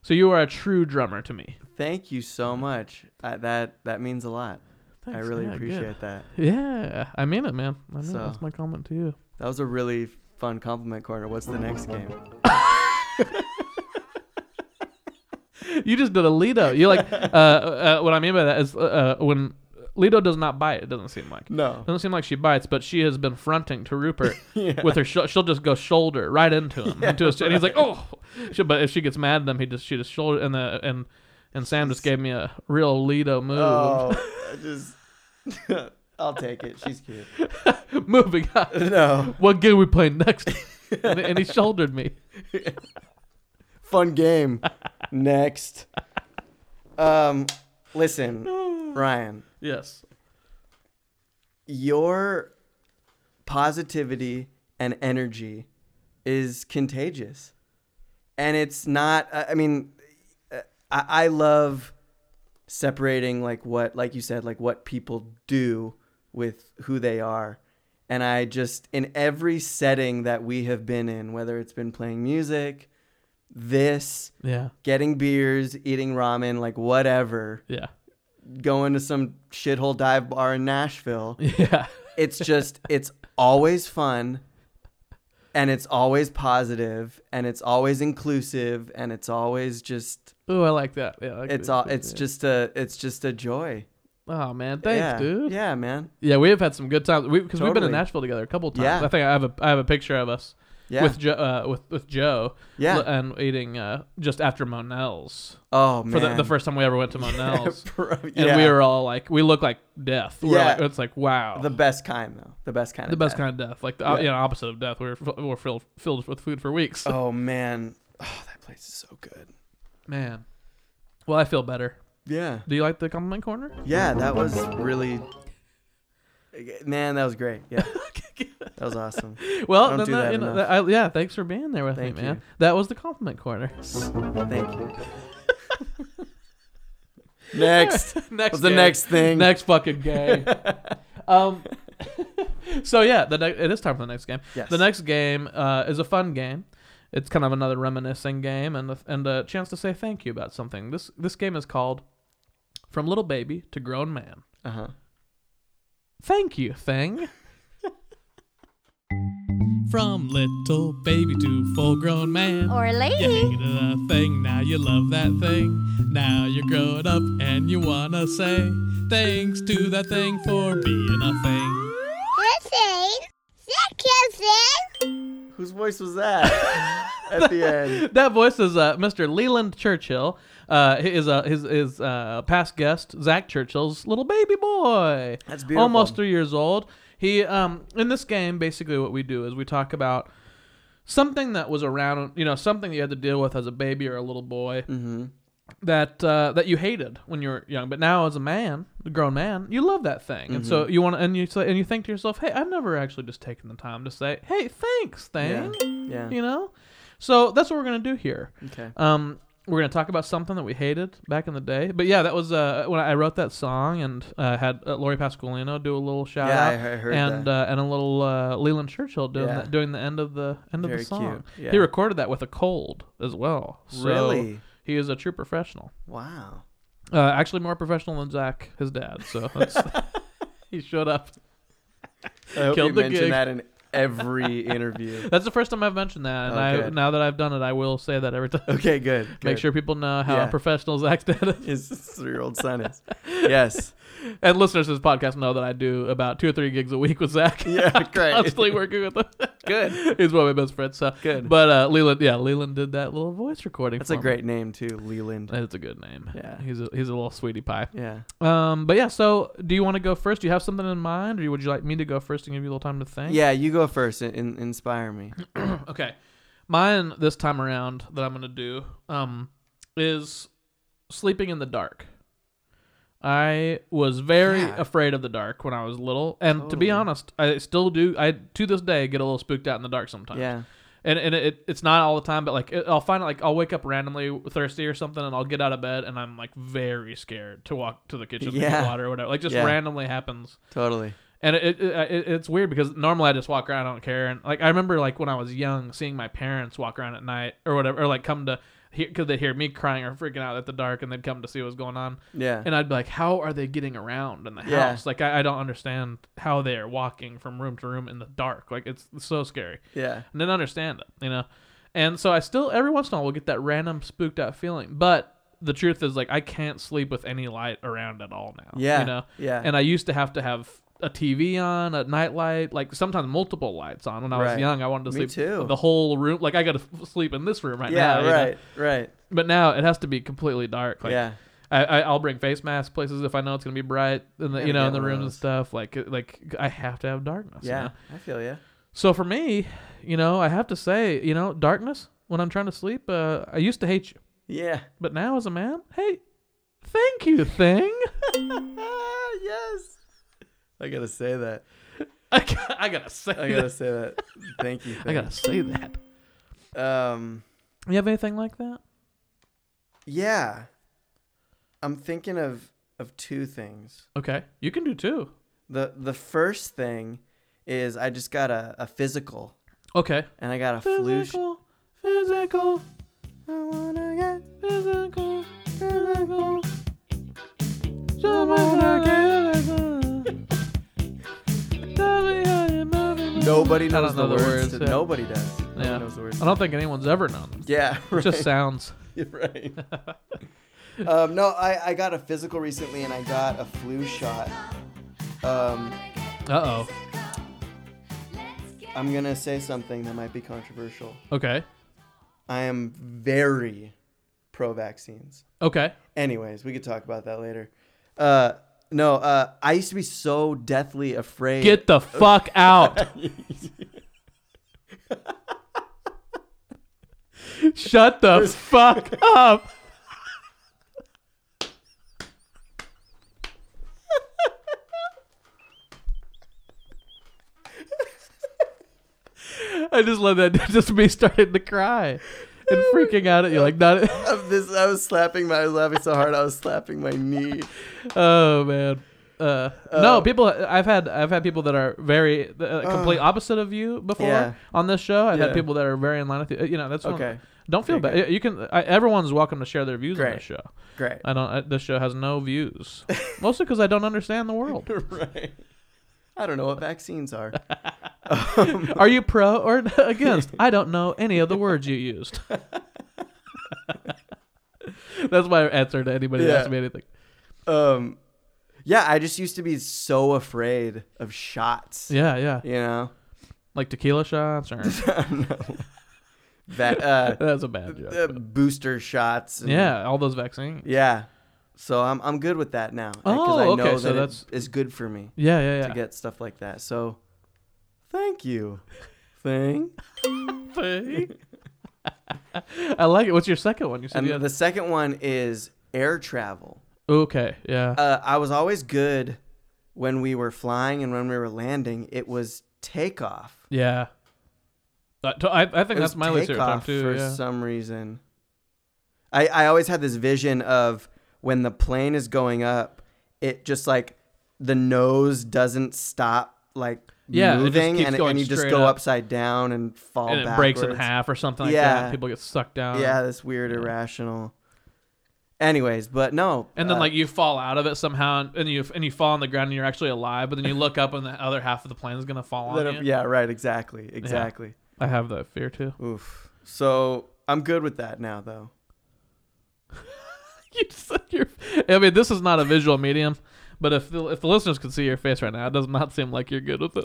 So you are a true drummer to me. Thank you so much. I, that that means a lot. I really Yeah, good. appreciate that. Yeah, I mean it, man. I mean it. So- that's my comment to you. That was a really fun compliment corner. What's the next game? You just did a Lido. You like uh, uh, what I mean by that is uh, uh, when Lido does not bite. It doesn't seem like. No. Doesn't seem like she bites, but she has been fronting to Rupert Yeah. with her. Sh- she'll just go shoulder right into him, into his, and he's like, "Oh!" She, but if she gets mad at him, he just she just shoulder and the and and Sam just gave me a real Lido move. Oh, I just I'll take it. She's cute. Moving on. No. What game we play next? and, and he shouldered me. Fun game. next. Um listen, Ryan, Yes. your positivity and energy is contagious. And it's not I I mean I, I love separating like what like you said like what people do with who they are and i just in every setting that we have been in whether it's been playing music this Yeah. getting beers eating ramen like whatever Yeah. going to some shithole dive bar in nashville Yeah. it's just it's always fun and it's always positive and it's always inclusive and it's always just Ooh, I like that. Yeah. I like it's that. all it's just a it's just a joy Oh man, thanks, yeah. dude. Yeah. Yeah, man. we have had some good times. We because we've been in Totally. Nashville together a couple times. Yeah. I think I have a I have a picture of us Yeah. with Joe uh, with with Joe. Yeah. l- and eating uh, just after Monell's oh man. for the, the first time we ever went to Monell's. Bro, And yeah. we were all like, we look like death. We're Yeah. like, it's like, wow. the best kind though. The best kind. the of best death. kind of death, like the uh, Yeah. you know, opposite of death. We were, f- we were filled filled with food for weeks. Oh man. Oh, that place is so good. Man, well, I feel better. Yeah. Do you like the compliment corner? Yeah, that was really. Man, that was great. Yeah. that was awesome. I Well, don't then do that, that you know, enough. that- I- yeah, thanks for being there with Thank me, man. you. That was the compliment corner. Thank you. next. next, was the game. next thing. next fucking game. um, so yeah, the ne- it is time for the next game. Yes. The next game uh, is a fun game. It's kind of another reminiscing game and a, and a chance to say thank you about something. This this game is called From Little Baby to Grown Man. Uh huh. Thank you, thing. From little baby to full grown man. or You lady. hated a thing, now you love that thing. Now you're grown up and you wanna say thanks to that thing for being a thing. Listen, sick kissing. Whose voice was that at the end? That voice is uh, Mr. Leland Churchill. Uh, he is uh, his his uh, past guest Zach Churchill's little baby boy. That's beautiful. Almost three years old. He um in this game basically what we do is we talk about something that was around you know something that you had to deal with as a baby or a little boy Mm-hmm. that uh, that you hated when you were young, but now as a man, a grown man, you love that thing, and so Mm-hmm. you want to, and you say, and you think to yourself, "Hey, I've never actually just taken the time to say, hey, thanks, Yeah. thing,' Yeah. you know." So that's what we're gonna do here. Okay. Um, we're gonna talk about something that we hated back in the day, but yeah, that was uh, when I wrote that song and uh, had uh, Lori Pasqualino do a little shout Yeah, out I he- heard and that. Uh, and a little uh, Leland Churchill doing Yeah. the, doing the end of the end of Very the cute, song. yeah. He recorded that with a cold as well. So Really? He is a true professional. Wow. Uh, actually, more professional than Zach, his dad. So that's, he showed up. I hope Killed you the mention gig. that in every interview. That's the first time I've mentioned that, and I, Okay. now that I've done it, I will say that every time. Okay, good. Make good. sure people know how Yeah. professional Zach's dad is. his three-year-old son is. Yes. And listeners to this podcast know that I do about two or three gigs a week with Zach. Yeah, I'm great. Constantly working with him. Good. He's one of my best friends. So Good. But uh, Leland, yeah, Leland did that little voice recording. That's a for me. great name too, Leland. It's a good name. Yeah. He's a, he's a little sweetie pie. Yeah. Um, but yeah, so do you want to go first? Do you have something in mind, or would you like me to go first and give you a little time to think? Yeah, you go first and, and inspire me. okay. Mine this time around that I'm gonna do um is sleeping in the dark. I was very Yeah. Oh. afraid of the dark when I was little, and to be Totally. honest, I still do. I to this day get a little spooked out in the dark sometimes. Yeah. and and it, it's not all the time, but like it, I'll find it, like I'll wake up randomly thirsty or something, and I'll get out of bed, and I'm like very scared to walk to the kitchen to get Yeah. water or whatever. Like just Yeah. randomly happens. Totally. And it, it, it it's weird because normally I just walk around, I don't care. And like I remember like when I was young, seeing my parents walk around at night or whatever, or like come to because they hear me crying or freaking out at the dark, and they'd come to see what's going on. Yeah. And I'd be like, how are they getting around in the Yeah. house? Like I, I don't understand how they are walking from room to room in the dark. Like it's so scary. yeah. And didn't understand it, you know. And so I still every once in a while will get that random spooked out feeling, but. The truth is, like, I can't sleep with any light around at all now. Yeah. you know, Yeah. and I used to have to have a TV on, a nightlight, like sometimes multiple lights on. When I was Right. young, I wanted to Me sleep too. the whole room. Like I got to f- sleep in this room right now. yeah, you know? right. Right. But now it has to be completely dark. Like yeah. I, I, I'll bring face masks places if I know it's gonna be bright, in the, Gotta you know, get in the one of rooms and those. stuff. Like like I have to have darkness. you Yeah. know? I feel you. So for me, you know, I have to say, you know, darkness when I'm trying to sleep. Uh, I used to hate you, Yeah. but now as a man, hey, thank you, thing. Ah, yes. I gotta say that. I, gotta, I gotta say. that. I gotta say that. Thank you. I gotta say that. gotta. Um. You have anything like that? Yeah. I'm thinking of of two things. Okay, you can do two. The the first thing is I just got a, a physical Okay. and I got a flu. Sh- Physical, physical, I wanna get physical, physical. Nobody I don't knows know the the words. words, to- yeah. Nobody does. No Yeah. one knows the words. I don't think anyone's ever known. Yeah, right. It just sounds. You're right. um, no, I, I got a physical recently and I got a flu shot. Um, Uh oh. I'm going to say something that might be controversial. Okay. I am very pro vaccines. Okay. Anyways, we could talk about that later. Uh, no, uh, I used to be so deathly afraid. Get the fuck out. Shut the fuck up. I just love that. Just me starting to cry and freaking out at you, like not. of this. I was slapping my. I was laughing so hard. I was slapping my knee. Oh man. Uh, no, people. I've had I've had people that are very uh, complete opposite of you before Yeah. on this show. I've Yeah. had people that are very in line with you. Uh, You know, that's one- Okay. Don't feel Okay, bad. You can. I, everyone's welcome to share their views on Great. this show. Great. I don't. I, this show has no views, mostly because I don't understand the world. right. I don't know what vaccines are. Are you pro or against? I don't know any of the words you used. that's my answer to anybody that Yeah. asks me anything. Um, yeah, I just used to be so afraid of shots. Yeah, yeah. You know, Like tequila shots or that uh, that's a bad joke. uh, booster shots. and- yeah, all those vaccines. Yeah. So I'm I'm good with that now. Oh, I know okay, that so it that's- is good for me Yeah, yeah, yeah. to get stuff like that. So, thank you, thing. thing. I like it. What's your second one? You said And you had- Oh, the second one is air travel. okay, yeah. Uh, I was always good when we were flying and when we were landing. It was takeoff. yeah. Uh, t- I, I think It was that's my least favorite time takeoff too. for yeah. some reason. I I always had this vision of when the plane is going up, it just like the nose doesn't stop like Yeah, it just moving, keeps and, going and you just straight go up. upside down and fall and it backwards. breaks in half or something like that. Yeah. and people get sucked down. Yeah, this weird irrational. Anyways, but no, And then uh, like you fall out of it somehow, and- and you and you fall on the ground, and you're actually alive. But then you look up, and the other half of the plane is gonna fall on that- you. yeah, right, exactly, exactly. I have that fear too. Oof. So I'm good with that now, though. you said your. I mean, this is not a visual medium, but if the, if the listeners could see your face right now, it does not seem like you're good with it.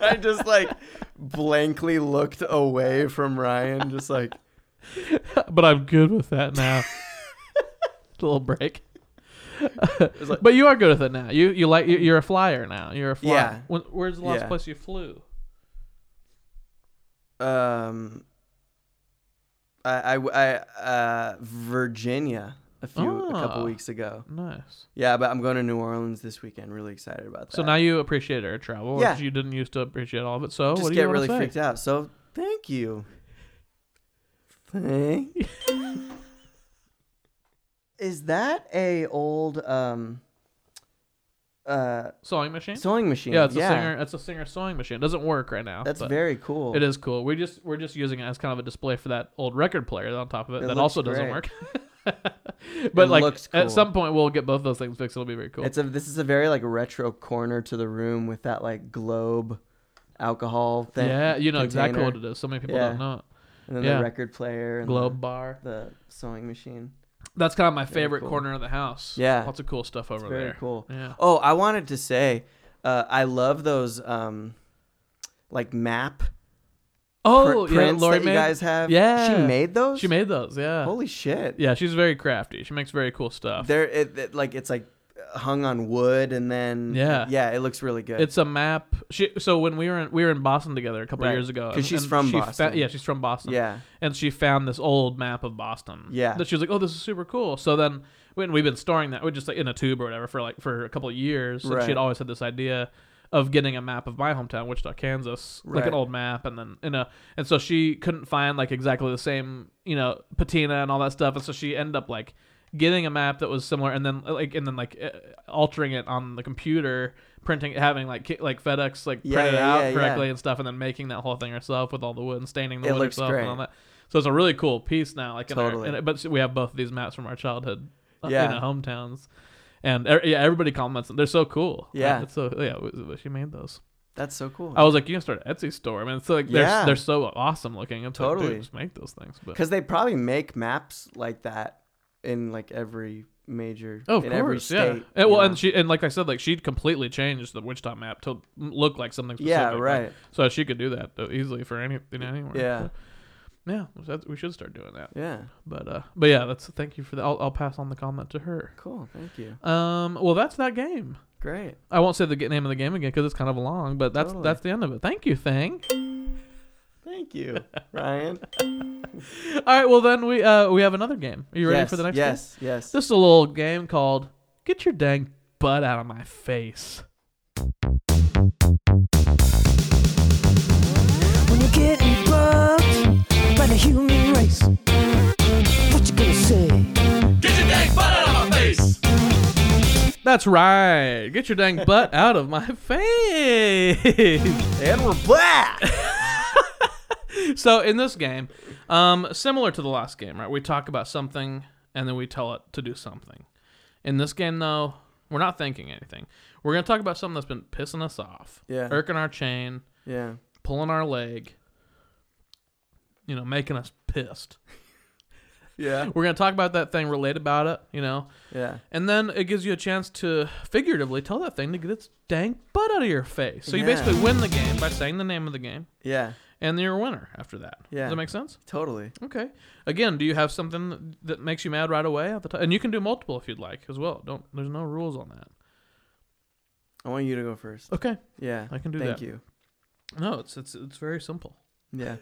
I just like blankly looked away from Ryan, just like. but I'm good with that now. a little break. like- but you are good with it now. You you like you- you're a flyer now. You're a flyer. Yeah. When, where's the last Yeah. place you flew? um I I, I uh Virginia a few a couple Ah. weeks ago. Nice. Yeah, but I'm going to New Orleans this weekend. Really excited about that. So now you appreciate air travel, which Uh, Yeah. you didn't used to appreciate all of it. So just what do get you really want to say? freaked out. So thank you. Thank. Is that a old um uh Sewing machine. sewing machine? yeah, it's a singer. It's a singer sewing machine. It doesn't work right now. That's but very cool. It is cool. We just we're just using it as kind of a display for that old record player on top of it, It that looks also doesn't great. work. but It like looks cool. at some point we'll get both those things fixed. It'll be very cool. It's a this is a very like retro corner to the room with that like globe alcohol thing. Yeah, you know exactly what container, it is. So many people Yeah. don't know it. And then yeah. the record player and Globe bar. the, the sewing machine. That's kind of my favorite cool. corner of the house. Yeah. lots of cool stuff over Very there. cool. Yeah. Oh, I wanted to say uh, I love those um like map pr- Oh, yeah, prints Lori that made. you guys have. Yeah, She made those? She made those. Yeah. Holy shit. yeah, she's very crafty. She makes very cool stuff. They're it, it- like it's like hung on wood and then Yeah. Yeah, it looks really good. It's a map. She, so when we were in, we were in Boston together a couple Right. years ago, 'Cause and- she's and from she fa- Boston. yeah, she's from Boston. yeah. and she found this old map of Boston. Yeah. that she was like, "Oh, this is super cool." So then when we've been storing that, we just like in a tube or whatever for like for a couple of years. And Right. she had always had this idea of getting a map of my hometown, Wichita, Kansas, like Right. an old map, and then in a and so she couldn't find like exactly the same you know patina and all that stuff, and so she ended up like getting a map that was similar and then like and then like uh, altering it on the computer printing having like ki- like fedex like Yeah, print it yeah, out yeah, yeah. correctly and stuff and then making that whole thing herself with all the wood and staining the It wood looks herself great. and all that so it's a really cool piece now. Like in Totally. Our, in, but we have both of these maps from our childhood, uh, Yeah. in our hometowns, and er, yeah, everybody comments them. They're so cool. Yeah. Uh, it's so yeah, w- w- she made those. That's so cool. I was like, you can start an Etsy store. I mean, it's like they're Yeah. they're so awesome looking. It's like, dude, Totally. just make those things. But Cuz they probably make maps like that in like every major Oh, of in course, every yeah. state. And, well, you know? and she and like I said, like she'd completely changed the Wichita map to look like something. Specific, Yeah, right. So she could do that uh, easily for any you know, anywhere. Yeah. yeah. so that's- we should start doing that. yeah. But uh, but yeah, that's thank you for that. I'll, I'll pass on the comment to her. Cool. Thank you. Um, well, that's that game. Great. I won't say the g- name of the game again because it's kind of long, but that's Totally. that's the end of it. Thank you, Thing. Thank you, Ryan. All right, well then we uh we have another game. Are you ready yes, for the next? game? Yes. Yes. This is a little game called "Get Your Dang Butt Out of My Face." When you're getting bugged by the human race, what you gonna say? That's right. Get your dang butt out of my face. and we're black. so in this game, um, similar to the last game, right? We talk about something and then we tell it to do something. In this game, though, we're not thinking anything. We're gonna talk about something that's been pissing us off, Yeah. irking our chain, yeah. pulling our leg, you know, making us pissed. Yeah. We're gonna talk about that thing, relate about it, you know, Yeah. And then it gives you a chance to figuratively tell that thing to get its dang butt out of your face. So you Yeah. basically win the game by saying the name of the game, Yeah. and you're a winner after that. Yeah. Does that make sense? Totally. Okay. Again, do you have something that- that makes you mad right away at the time? And you can do multiple if you'd like as well. Don't. There's no rules on that. I want you to go first. Okay. Yeah. I can do Thank that. you. No, it's it's it's very simple. Yeah.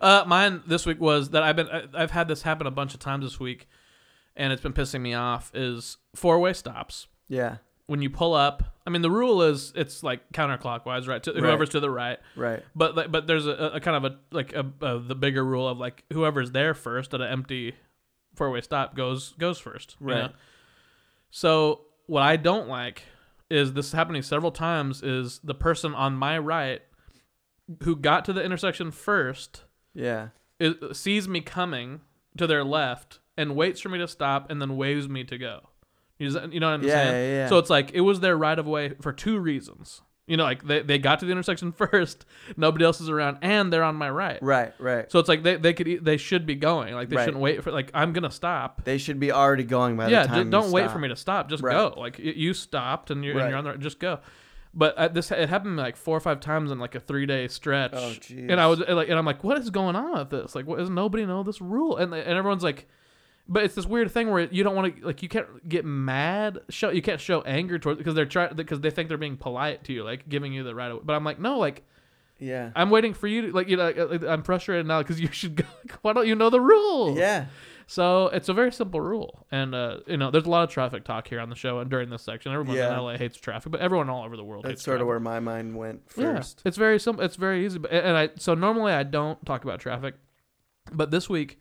Uh, mine this week was that I've been I- I've had this happen a bunch of times this week, and it's been pissing me off. Is four way stops. Yeah. when you pull up i mean the rule is it's like counterclockwise right to whoever's to the right Right. but like, but there's a, a kind of a like a, a the bigger rule of like whoever's there first at an empty four way stop goes goes first you Right. know? so what i don't like is this happening several times is the person on my right who got to the intersection first Yeah. is, sees me coming to their left and waits for me to stop and then waves me to go. You s- you know what I'm Yeah, saying? yeah, yeah. So it's like it was their right of way for two reasons. You know, like they, they got to the intersection first, nobody else is around, and they're on my right. Right. Right. So it's like they, they could e- they should be going. Like they Right. shouldn't wait for like I'm gonna stop. they should be already going by yeah, the d- time. you don't wait stop. for me to stop. Just Right. go. Like y- you stopped and you're, and you're Right. on the just go. But uh, this it happened like four or five times in like a three day stretch. Oh, jeez. and I was and, like, and I'm like, what is going on with this? Like, what does nobody know this rule? And eh, and everyone's like, but it's this weird thing where you don't want to like you can't get mad, show you can't show anger towards because they're trying because they think they're being polite to you, like giving you the right. Of, but I'm like, no, like Yeah. I'm waiting for you to like you know like, I'm frustrated now because you should go. Like, why don't you know the rule? yeah. So it's a very simple rule, and uh, you know, there's a lot of traffic talk here on the show and during this section. Everyone Yeah. in LA hates traffic, but everyone all over the world That's hates sort of traffic. where my mind went Yeah. first. it's very simple. It's very easy. But, and I so normally I don't talk about traffic, but this week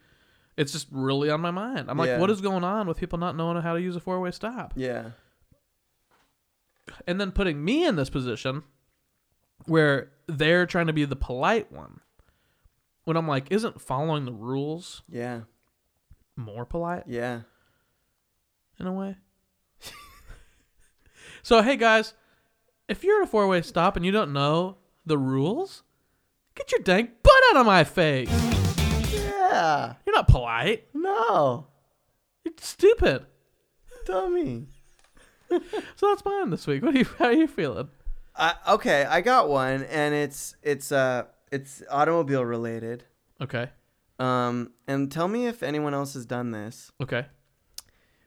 it's just really on my mind. I'm like, Yeah. what is going on with people not knowing how to use a four way stop? Yeah. And then putting me in this position where they're trying to be the polite one. When I'm like, isn't following the rules Yeah. more polite? Yeah. in a way. so hey guys, if you're at a four way stop and you don't know the rules, get your dang butt out of my face. Yeah. You're not polite. No. You're stupid. Dummy. So that's mine this week. What are you? How are you feeling? I, okay, I got one, and it's it's uh it's automobile related. Okay. Um, and tell me if anyone else has done this. Okay.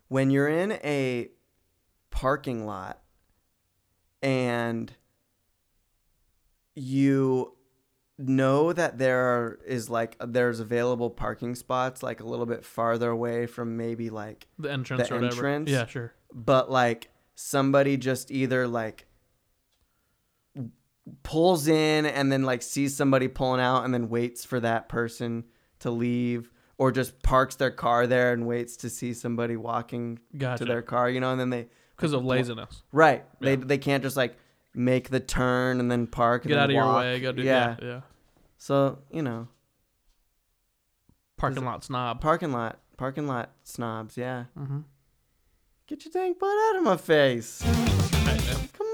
When you're in a parking lot, and you know that there are, is like there's available parking spots like a little bit farther away from maybe like The entrance The or whatever. entrance? Yeah, sure. but like somebody just either like pulls in and then like sees somebody pulling out and then waits for that person to leave or just parks their car there and waits to see somebody walking Gotcha. to their car you know and then they Because of laziness. right they Yeah. they can't just like make the turn and then park and Get then out of your walk. way. Go do yeah. Yeah. so you know Parking lot snob. parking lot parking lot snobs yeah Mhm. get your dang butt out of my face Right, yeah. come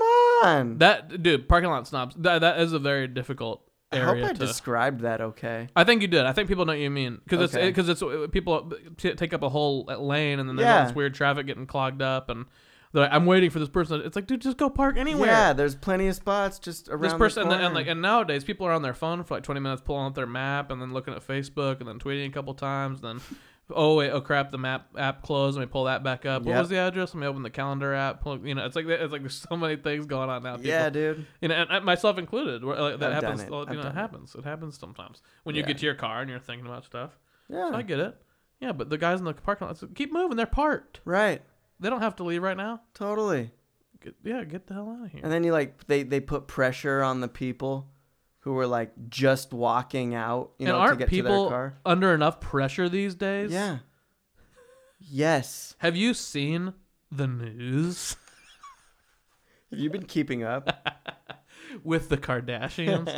on That dude, parking lot snobs. That that is a very difficult I hope area. I to- described that okay. I think you did. I think people know what you mean because Okay. it's because it's uh, people t- take up a whole uh, lane and then there's all Yeah. this weird traffic getting clogged up and they're like, I'm waiting for this person. It's like, dude, just go park anywhere. Yeah, there's plenty of spots just around. this person the and, and like corner. and nowadays people are on their phone for like 20 minutes pulling up their map and then looking at facebook and then tweeting a couple times and then oh wait oh crap the map app closed let me pull that back up what Yep. was the address let me open the calendar app pull, you know it's like it's like there's so many things going on now people. yeah, dude. you know, and, and myself included where, like, that I've done happens it. well, you I've know it done it. happens it happens sometimes when you Yeah. get to your car and you're thinking about stuff Yeah, so i get it yeah but the guys in the parking lot so keep moving they're parked right. they don't have to leave right now Totally. Get- yeah get the hell out of here And then you like they they put pressure on the people who were like just walking out, you and know, aren't to get to people their car. under enough pressure these days Yeah. Yes. Have you seen the news Have you been keeping up? with the Kardashians?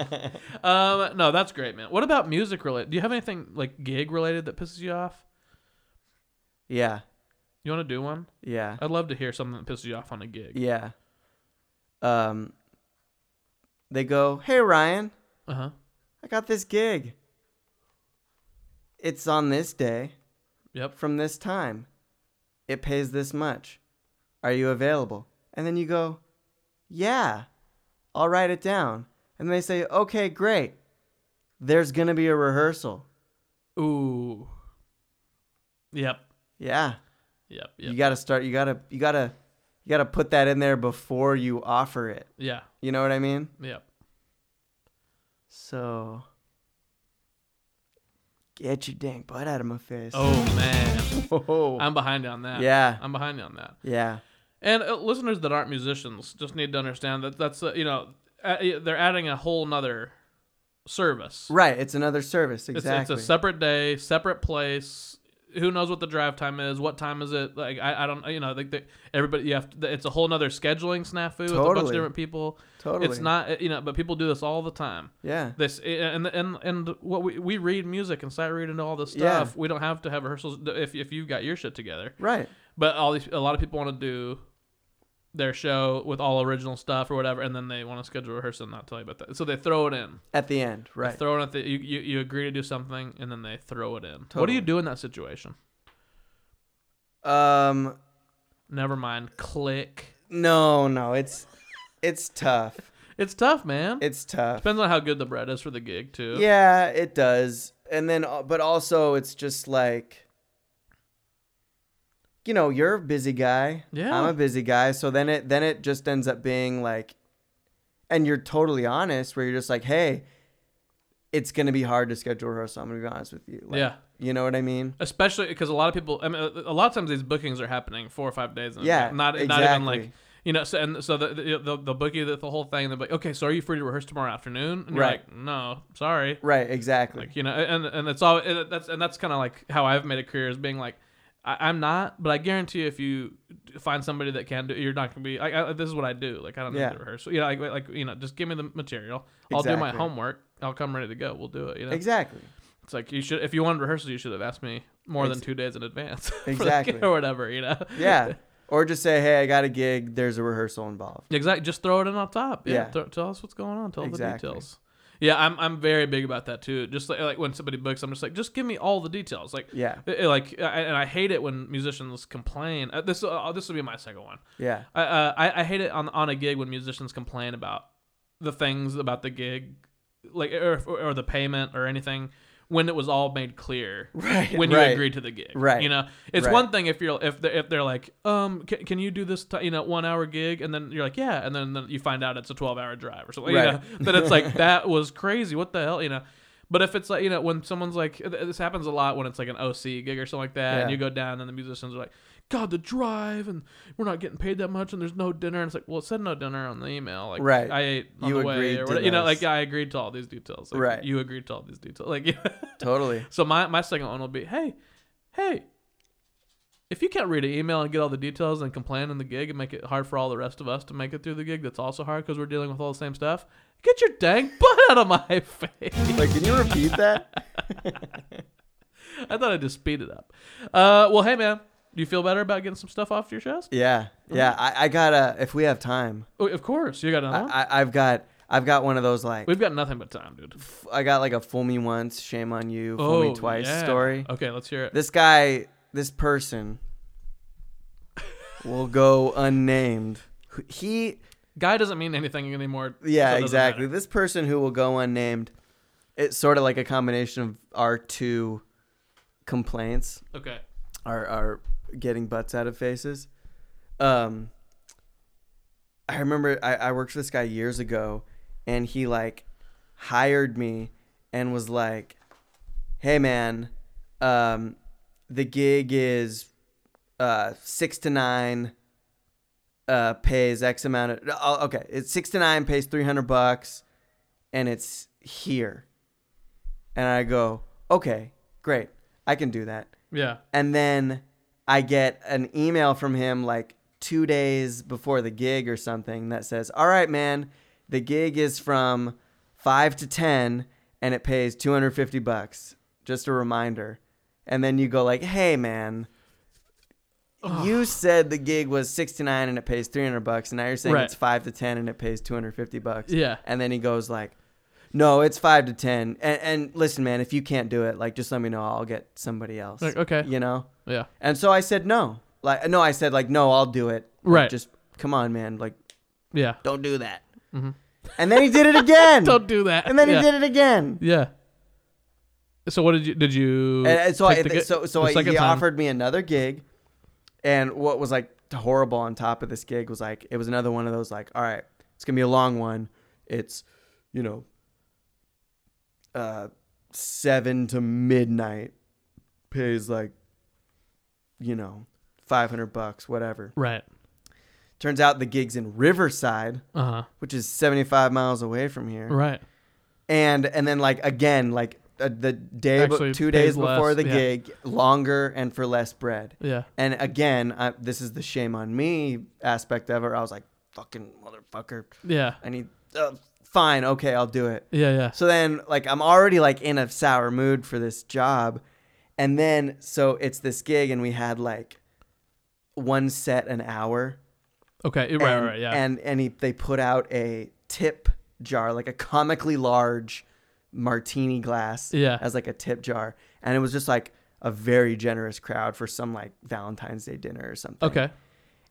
um, no, that's great, man. What about music related? Do you have anything like gig related that pisses you off? yeah. You want to do one? Yeah. I'd love to hear something that pisses you off on a gig. Yeah. Um they go, "Hey Ryan, Uh huh. I got this gig. It's on this day Yep. from this time. It pays this much. Are you available?" And then you go, "Yeah. I'll write it down." And they say, "Okay, great. There's going to be a rehearsal." Ooh. Yep. Yeah. Yep. You Yep. got to start you got to you got to you got to put that in there before you offer it. Yeah. You know what I mean? Yep. So get your dang butt out of my face. Oh man, Oh. I'm behind you on that. Yeah. I'm behind you on that. yeah. And uh, listeners that aren't musicians just need to understand that that's uh, you know uh, they're adding a whole nother service. Right. It's another service. It's, Exactly. it's a separate day, separate place. Who knows what the drive time is? What time is it? Like I, I don't you know like the, everybody you have to, it's a whole nother scheduling snafu with a bunch of Totally. different people. totally. It's not you know but people do this all the time. Yeah. This and and and what we we read music and sight read and all this Yeah. stuff. We don't have to have rehearsals if if you got your shit together. Right. But all these a lot of people want to do their show with all original stuff or whatever, and then they want to schedule a rehearsal and not tell you about that. So they throw it in. At the end. They Right. Throw it at the you, you, you agree to do something and then they throw it in. What do Totally. you do in that situation? um. Never mind. Click. No. No. It's. It's tough. It's tough, man. It's tough. Depends on how good the bread is for the gig too. Yeah. It does. And then, uh, but also, it's just like. You know, you're a busy guy. Yeah. I'm a busy guy. So then it then it just ends up being like and you're totally honest where you're just like, hey, it's gonna be hard to schedule a rehearsal. I'm gonna be honest with you. Like, Yeah. You know what I mean? Especially because a lot of people, I mean, a a lot of times these bookings are happening four or five days. In Yeah, advance. not not even like exactly. you know. So and so the, the, they'll, they'll book you the, the whole thing. They're like, okay, so are you free to rehearse tomorrow afternoon? And you're Right. like, no, sorry. Right, exactly. Like you know, and and it's all and that's and that's kind of like how I've made a career is being like, I, I'm not, but I guarantee if you find somebody that can do, it, you're not gonna be. I, I, this is what I do. Like I don't Yeah. need to rehearse. You know, like like you know, just give me the material. I'll do my Exactly. homework. I'll come ready to go. We'll do it. You know, exactly. it's like you should if you wanted rehearsals, you should have asked me more than Ex- two days in advance. for the Exactly. gig or whatever. You know. Yeah. or just say, Hey, I got a gig, there's a rehearsal involved. Exactly. Just throw it in on top. Yeah. Yeah. Throw- tell us what's going on. Tell the Exactly. details. Yeah, I'm I'm very big about that too. Just like, like when somebody books, I'm just like, just give me all the details. Like Yeah. eh, eh, like I, and I hate it when musicians complain. Uh, this uh, this will be my second one. Yeah. I, uh, I I hate it on on a gig when musicians complain about the things about the gig, like or or the payment or anything when it was all made clear Right, when you right. agreed to the gig Right, you know it's right. one thing if you're if they're, if they're like um can, can you do this ti- you know one hour gig and then you're like yeah and then, then you find out it's a 12 hour drive or something you Right. know then it's like that was crazy what the hell you know but if it's like you know when someone's like th- this happens a lot when it's like an OC gig or something like that and Yeah. you go down and the musicians are like God the drive and we're not getting paid that much and there's no dinner and it's like well it said no dinner on the email like Right. I ate on You the way agreed or to whatever you know like this. I agreed to all these details like, Right. you agreed to all these details like Totally. So my, my second one will be, hey, hey, if you can't read an email and get all the details and complain in the gig and make it hard for all the rest of us to make it through the gig, that's also hard because we're dealing with all the same stuff. Get your dang butt out of my face! Like, can you repeat that? I thought I'd just speed it up. Uh, well, hey man, do you feel better about getting some stuff off your chest? Mm-hmm. Yeah. Yeah. I, I gotta if we have time. Oh, of course, you got another one. I, I- I've got I've got one of those like We've got nothing but time, dude. f- I got like a fool me once, shame on you, fool me twice Oh, yeah. story. Okay, let's hear it. This guy, this person will go unnamed. He Guy doesn't mean anything anymore. yeah, so it doesn't exactly. matter. This person who will go unnamed, it's sort of like a combination of our two complaints. Okay. are are getting butts out of faces. Um, I remember I, I worked for this guy years ago, and he like hired me and was like, "Hey man, um, the gig is uh six to nine. Uh, pays X amount of oh, okay. It's six to nine pays three hundred bucks, and it's here." And I go, "Okay, great, I can do that." Yeah. and then I get an email from him like two days before the gig or something that says, "All right, man, the gig is from five to ten, and it pays two hundred fifty bucks. Just a reminder." And then you go like, "Hey, man." You said the gig was sixty nine and it pays three hundred bucks, and now you're saying Right. it's five to ten and it pays two hundred fifty bucks. Yeah. And then he goes like, "No, it's five to ten. And, and listen, man, if you can't do it, like just let me know. I'll get somebody else. Like, okay. you know. Yeah. And so I said no. Like no, I said like no, I'll do it. Like, Right. just come on, man. Like Yeah. don't do that. And then he did it again. Mm-hmm. Don't do that. and then yeah. he did it again. Yeah. So what did you did you? And, and so I, take the gi- so so the I, second he time? offered me another gig, and what was like horrible on top of this gig was like it was another one of those like all right, it's gonna be a long one. It's you know, uh, seven to midnight, pays like, you know, five hundred bucks, whatever. Right. Turns out the gig's in Riverside, Uh huh. which is 75 miles away from here. Right. And and then like again, like uh, the day be- Actually two pays days before less, the yeah. gig, longer and for less bread. Yeah. And again, I, this is the shame on me aspect of it. I was like, fucking motherfucker. Yeah. I need uh, fine, okay, I'll do it. Yeah. Yeah. So then like I'm already like in a sour mood for this job. And then so it's this gig and we had like one set an hour Okay. Right. and, right. Yeah. And and he, they put out a tip jar, like a comically large martini glass, Yeah. as like a tip jar, and it was just like a very generous crowd for some like Valentine's Day dinner or something. okay.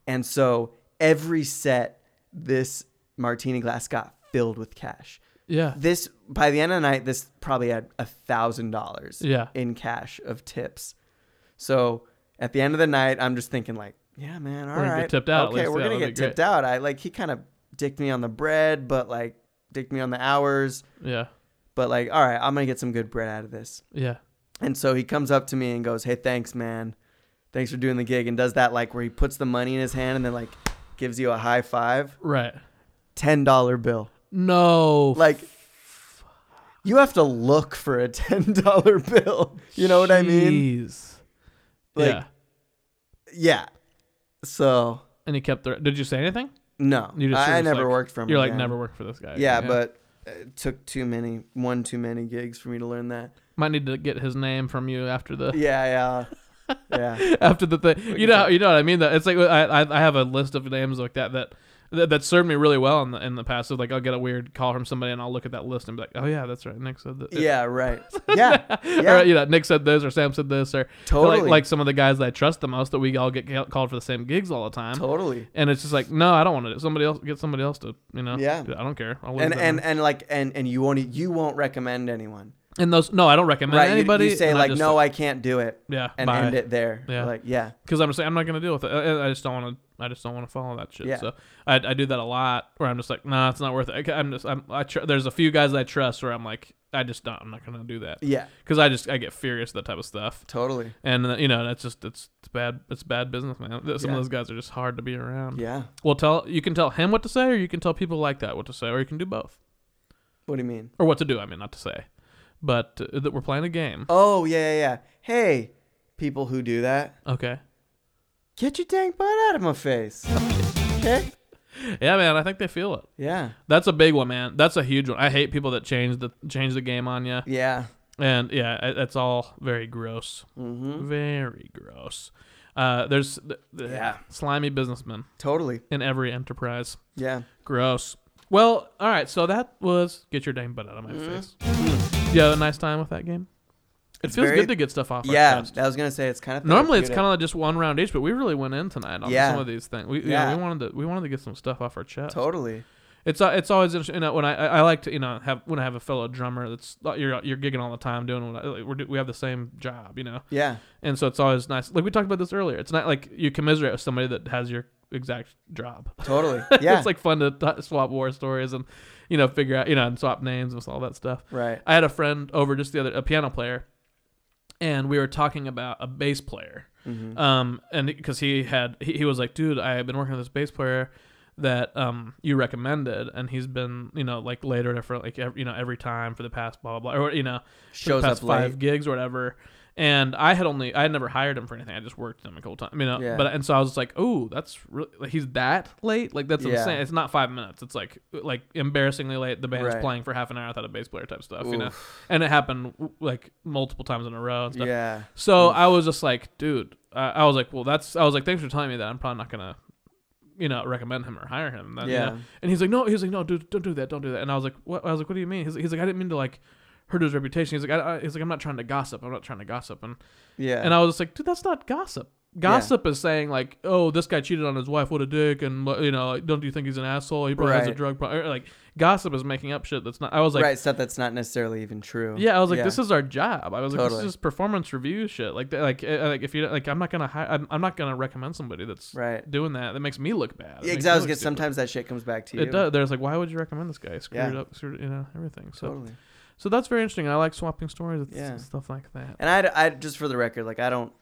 And so every set, this martini glass got filled with cash. Yeah. This by the end of the night, this probably had a thousand dollars Yeah. in cash of tips. So at the end of the night, I'm just thinking like, yeah, man, all We're gonna get right. tipped out at Okay, least. we're Yeah, gonna that'd get be great. tipped out. I like he kind of dicked me on the bread, but like dicked me on the hours. Yeah. But like, all right, I'm gonna get some good bread out of this. Yeah. And so he comes up to me and goes, "Hey, thanks, man. Thanks for doing the gig." And does that like where he puts the money in his hand and then like gives you a high five, Right. ten dollar bill. No. Like you have to look for a ten dollar bill. You know what I mean? Jeez. Like- yeah. Yeah. So And he kept the. Did you say anything? no, You I, were I never like- worked for him. You're like again. never worked for this guy. Yeah, again. but it took too many, one too many gigs for me to learn that. might need to get his name from you after the. Yeah, yeah, yeah. after the thing. You can know, tell. you know what I mean. That it's like I, I I have a list of names like that that that, that served me really well in the in the past. So like I'll get a weird call from somebody and I'll look at that list and be like, oh yeah, that's right. Nick said that. Yeah, right. Yeah, yeah. Or, you know, Nick said this, or Sam said this, or Totally. like, like some of the guys that I trust the most that we all get ca- called for the same gigs all the time. totally. And it's just like, no, I don't want to. do Somebody else get somebody else to, you know. Yeah. I don't care. I'll leave And that and on. and like and and you won't e, you won't recommend anyone, and those no, I don't recommend right? You- anybody. you, say and like, I no, I can't do it. Yeah, and bye. end it there. Yeah. like yeah, because I'm just saying I'm not gonna deal with it. I, I just don't want to. I just don't want to follow that shit. Yeah. So I, I do that a lot, where I'm just like, nah, it's not worth it. I, am just, I'm, I tr- there's a few guys that I trust where I'm like, I just don't, I'm not gonna do that. yeah, Because I just, I get furious at that type of stuff, totally. and uh, you know, that's just, it's, it's bad, it's bad business, man. Some Yeah. of those guys are just hard to be around. Yeah. Well, tell you can tell him what to say, or you can tell people like that what to say, or you can do both, What do you mean? or what to do. I mean, not to say, but uh, that we're playing a game. Oh yeah, yeah, yeah. Hey, people who do that, Okay. get your dang butt out of my face. Okay. Yeah, man. I think they feel it. Yeah. That's a big one, man. That's a huge one. I hate people that change the change the game on you. Yeah. And yeah, I- that's all very gross. Mm-hmm. Hmm? Very gross. Uh, there's th- th- Yeah. slimy businessmen Totally. in every enterprise. Yeah. Gross. Well, all right. So that was get your damn butt out of my Mm-hmm. face. You had a nice time with that game. It feels very- good to get stuff off. yeah, Our chest. I was gonna say it's kind of Normally it's kind of just one round each, but we really went in tonight on Yeah. some of these things. We, yeah. Yeah. we wanted to we wanted to get some stuff off our chest. totally. It's uh, it's always interesting. You know, when I, I I like to you know have when I have a fellow drummer that's uh, you're you're gigging all the time doing what I, like, we're do- we have the same job, you know, Yeah, and so it's always nice. Like we talked about this earlier. It's not like you commiserate with somebody that has your exact job. totally. Yeah, it's like fun to t- swap war stories and you know figure out you know and swap names and all that stuff. right. I had a friend over just the other a piano player, and we were talking about a bass player, um, and because he had he, he was like, dude, I have been working with this bass player that um you recommended, and he's been you know like later for like every, you know every time for the past blah blah blah or you know for Shows the past up late. five gigs or whatever. And I had only I had never hired him for anything. I just worked him a couple times, you know. Yeah. But and so I was just like, oh, that's really like, he's that late. Like that's Yeah. insane. It's not five minutes. It's like like embarrassingly late. The band's Right. playing for half an hour without a bass player type stuff, you know. And it happened w- like multiple times in a row and stuff. Yeah, So I was just like, dude, I, I was like, well, that's, I was like, thanks for telling me that. I'm probably not going to, you know, recommend him or hire him. Then, you Yeah. know? And he's like, no, he's like, no, dude, don't do that. Don't do that. And I was like, what? I was like, what do you mean? He's, he's like, I didn't mean to like hurt his reputation. He's like, I, I, he's like, I'm not trying to gossip. I'm not trying to gossip. And, yeah. and I was just like, dude, that's not gossip. Gossip is saying like, oh, this guy cheated on his wife. What a dick. And you know, like, don't you think he's an asshole? He probably has a Right. drug problem. Like gossip is making up shit. That's not, I was like, right stuff that's not necessarily even true. yeah, I was like, this is our job. I was like, this Totally. is performance review shit. Like, th- like, uh, like if you don't- like, I'm not gonna hire, I'm, I'm not gonna recommend somebody that's Right. doing that. That makes me look bad. It Yeah, makes because me I was look get stupid. sometimes that shit comes back to you. it does. There's like, why would you recommend this guy? He Screwed Yeah. up, screwed, you know, everything. So, Totally. so that's very interesting. I like swapping stories with Yeah. yeah. stuff like that. And I, I just for the record, like I don't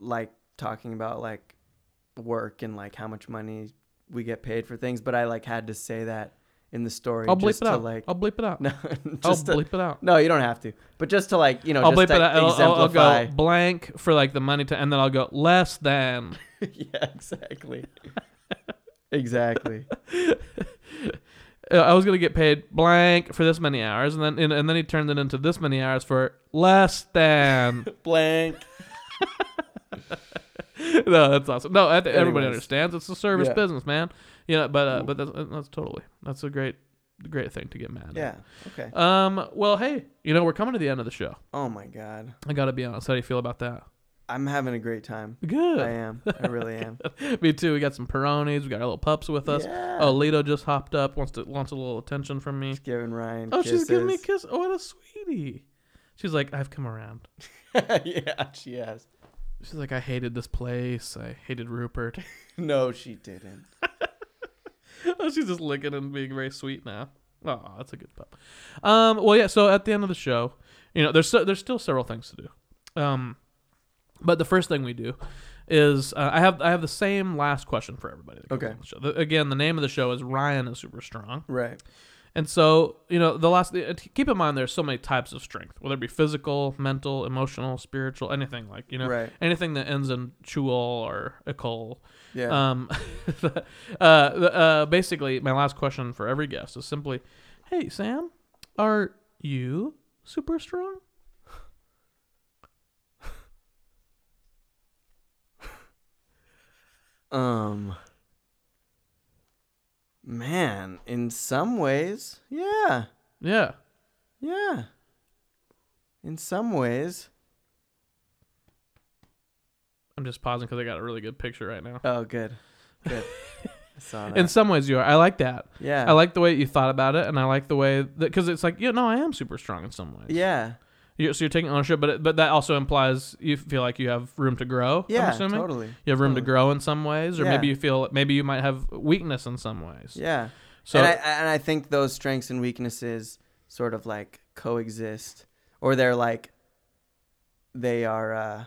like talking about like work and like how much money we get paid for things, but I like had to say that in the story I'll bleep just it to out. like I'll bleep it out. no, I'll just to- bleep it out. no, you don't have to, but just to like you know, I'll just bleep it to out. I'll, I'll- I'll exemplify. go blank for like the money to, and then I'll go less than. yeah, exactly, exactly. Uh, I was gonna get paid blank for this many hours, and then and, and then he turned it into this many hours for less than. Blank. no, that's awesome. No, I think everybody Anyways. understands. It's a service Yeah. business, man. You know, but uh, but that's, that's totally that's a great great thing to get mad. Yeah. Okay. At. Um. Well, hey, you know we're coming to the end of the show. Oh my god, I gotta be honest. How do you feel about that? I'm having a great time. I Good. am. I really am. Me too. We got some Peronis. We got our little pups with us. Yeah. Oh, Lito just hopped up. Wants to wants a little attention from me. Giving Ryan. Oh, she's giving me a kisses. kiss. Oh, what a sweetie. She's like, I've come around. yeah, she has. She's like, I hated this place. I hated Rupert. No, she didn't. oh, she's just licking and being very sweet now. Oh, that's a good pup. Um, well, yeah. So at the end of the show, you know, there's so, there's still several things to do. Um, but the first thing we do is uh, I have I have the same last question for everybody. that comes Okay. on the show. The- again, the name of the show is Ryan is super strong, Right. and so you know the last. uh, Keep in mind, there's so many types of strength, whether it be physical, mental, emotional, spiritual, anything like you know Right. anything that ends in chul or ikul. Yeah. Um, uh, uh, basically, my last question for every guest is simply, "Hey Sam, are you super strong?" Um, man, in some ways, yeah, Yeah, yeah. In some ways, I'm just pausing because I got a really good picture right now. oh, good, good. I saw that. In some ways, you are. I like that. yeah, I like the way you thought about it, and I like the way that because it's like, yeah, no, I am super strong in some ways. yeah, You're, so you're taking ownership, but it, but that also implies you feel like you have room to grow. yeah, I'm assuming. totally. You have room to grow in some ways, or Yeah. maybe you feel maybe you might have weakness in some ways. Yeah. So and I and I think those strengths and weaknesses sort of like coexist, or they're like they are uh,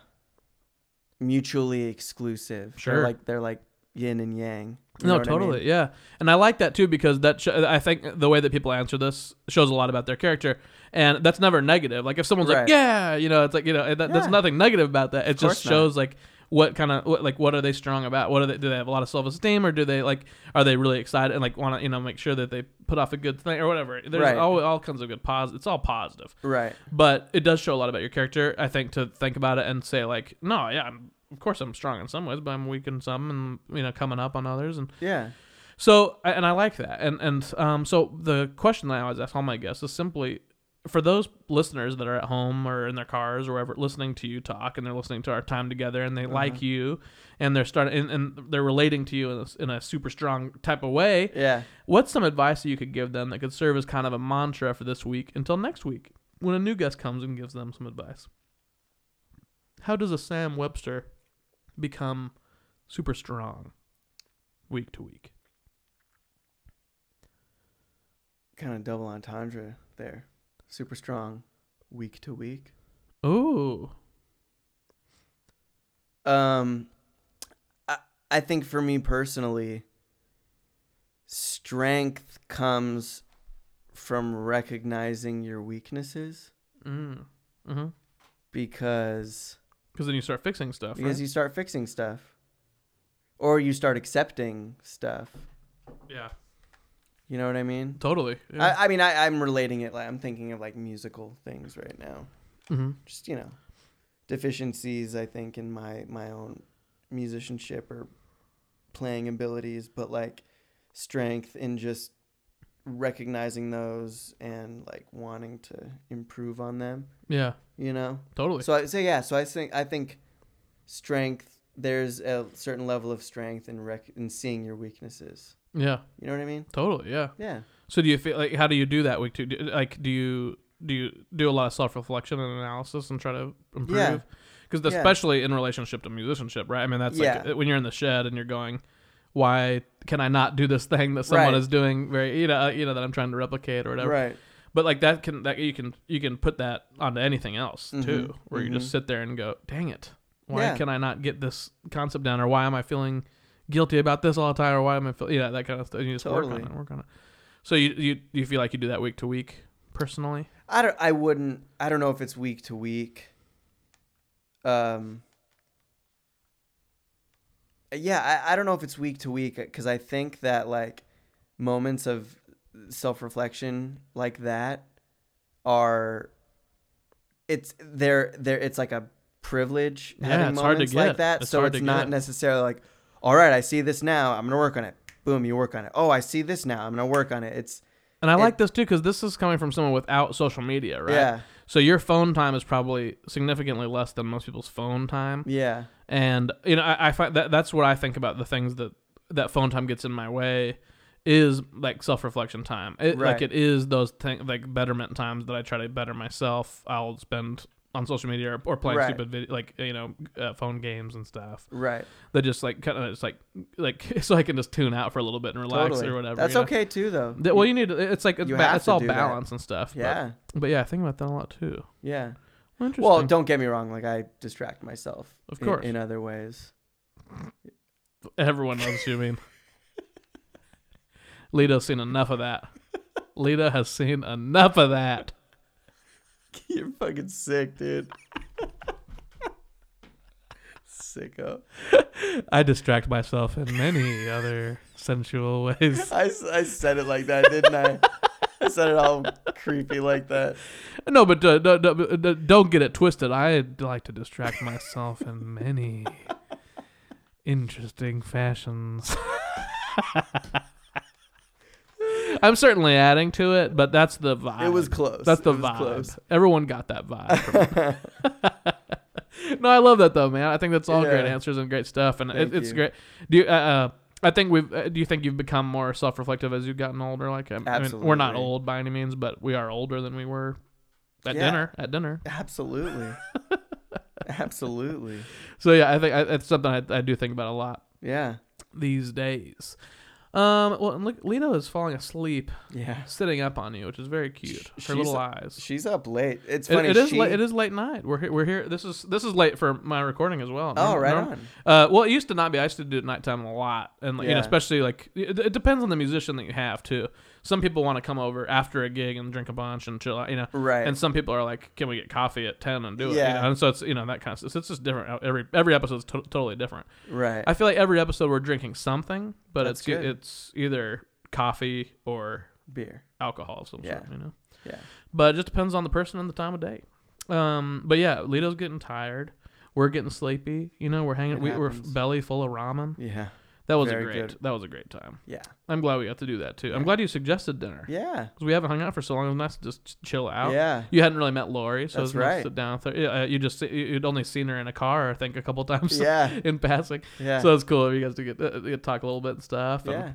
mutually exclusive. They're Sure. like they're like yin and yang. You know No, what I mean? totally, yeah, and I like that too because that sh- I think the way that people answer this shows a lot about their character, and that's never negative. Like if someone's like, Right. "Yeah," you know, it's like you know, that, that's Yeah. nothing negative about that. It just course not. shows like what kind of what, like what are they strong about? What are they? Do they have a lot of self esteem, or do they like are they really excited and like want to you know make sure that they put off a good thing or whatever? There's Right. all all kinds of good positive. It's all positive Right. but it does show a lot about your character i think to think about it and say like no yeah I'm, of course i'm strong in some ways but i'm weak in some and you know coming up on others and Yeah. So, a- and I like that. And and um, so the question that I always ask all my guests is simply for those listeners that are at home or in their cars or wherever listening to you talk and they're listening to our time together and they like you and they're starting and, and they're relating to you in a, s- in a super strong type of way. Yeah. What's some advice that you could give them that could serve as kind of a mantra for this week until next week when a new guest comes and gives them some advice? How does a Sam Webster become super strong week to week? Kind of double entendre there. Super strong, week to week. Ooh. Um, I, I think for me personally, strength comes from recognizing your weaknesses Mm. Mm-hmm. because Because then you start fixing stuff. because right? you start fixing stuff, or you start accepting stuff. yeah. You know what I mean? Totally. Yeah. I, I mean, I, I'm relating it. Like, I'm thinking of like musical things right now. mm-hmm. Just you know, deficiencies I think in my my own musicianship or playing abilities, but like strength in just recognizing those and like wanting to improve on them. Yeah. You know. Totally. So I so yeah. So I think I think strength. There's a certain level of strength in rec in seeing your weaknesses. yeah. You know what I mean? Totally. Yeah. Yeah. So do you feel like how do you do that week two? Do, like do you do you do a lot of self reflection and analysis and try to Yeah. improve? Because Yeah. especially in relationship to musicianship, right? I mean, that's Yeah. like when you're in the shed and you're going, "Why can I not do this thing that someone Right. is doing?" Very you know uh, you know that I'm trying to replicate or whatever. Right. But like that can that you can you can put that onto anything else too, where you just sit there and go, "Dang it, why Mm-hmm. Yeah. can I not get this concept down?" Or why am I feeling guilty about this all the time? Or why am I feel yeah that kind of stuff? You just work Totally. on it, work on it. So you you you feel like you do that week to week personally? I don't. I wouldn't. I don't know if it's week to week. Um. Yeah, I, I don't know if it's week to week because I think that like moments of self reflection like that are it's they're they're it's like a privilege Yeah, having it's hard to moments get. like that. It's so hard it's to not get. necessarily like, all right, I see this now, I'm gonna work on it. Boom, you work on it. Oh, I see this now, I'm gonna work on it. It's And I like this too because this is coming from someone without social media, right? Yeah. So your phone time is probably significantly less than most people's phone time. yeah, and you know I, I find that that's what I think about the things that that phone time gets in my way is like self reflection time. It, Like Right. it is those thing like betterment times that I try to better myself. I'll spend on social media or, or playing Right. stupid video like you know uh, phone games and stuff right. that just like kind of it's like like so I can just tune out for a little bit and relax Totally. or whatever. That's you know? okay too, though. That- well, you need to, it's like it's, You ba- have it's to all do that. balance and stuff. but- yeah, but, yeah, I think about that a lot too. yeah. Well, interesting. Well, don't get me wrong. Like I distract myself, Of i- course. in, other ways. Everyone loves you, I mean. Lita's seen enough of that. Lita has seen enough of that. You're fucking sick, dude. Sicko. I distract myself in many other sensual ways. I, s- I said it like that, didn't I? I said it all creepy like that. No, but uh, no, no, but, uh, don't get it twisted. I like to distract myself in many interesting fashions. I'm certainly adding to it, but that's the vibe. It was close. That's the It was vibe. Everyone got that vibe. from- no, I love that though, man. I think that's all Yeah. great answers and great stuff, and it, Thank it's you. great. Do you, uh, uh, I think we've. Uh, do you think you've become more self-reflective as you've gotten older? Like, I, I mean, we're not Absolutely. old by any means, but we are older than we were at Yeah. dinner. At dinner. Absolutely. Absolutely. So yeah, I think I, it's something I, I do think about a lot Yeah. these days. Um, well, and look, Lena is falling asleep, Yeah. sitting up on you, which is very cute. Sh- Her she's- little eyes. She's up late. It's It- funny. it is she- late, it is late night. We're here, we're here. This is this is late for my recording as well. Oh, Norm- right norm- on. Uh, well, it used to not be. I used to do it nighttime a lot, and like, you know, Yeah. especially like it, it depends on the musician that you have too. Some people want to come over after a gig and drink a bunch and chill out, you know. Right. And some people are like, "Can we get coffee at ten and do it?" you Yeah. know? And so it's you know that kind of stuff. So It's just different. Every every episode's to- totally different. Right. I feel like every episode we're drinking something, but That's it's e- good. it's either coffee or Beer. alcohol of some Yeah. sort, you know Yeah. but it just depends on the person and the time of day. Um, but yeah, Lito's getting tired. We're getting sleepy. You know, we're hanging. It We, we're happens. belly full of ramen. Yeah. That was a Very great. good. That was a great time. Yeah. I'm glad we got to do that too. I'm glad you suggested dinner. Yeah. Because we haven't hung out for so long. It was nice to just chill out. Yeah. You hadn't really met Lori, so it was nice That's to right. sit down. With her. Yeah, uh, You just you- you'd only seen her in a car, I think, a couple times. Yeah. in passing. Yeah. So it's cool. You guys to get, uh, get to talk a little bit and stuff. and- Yeah.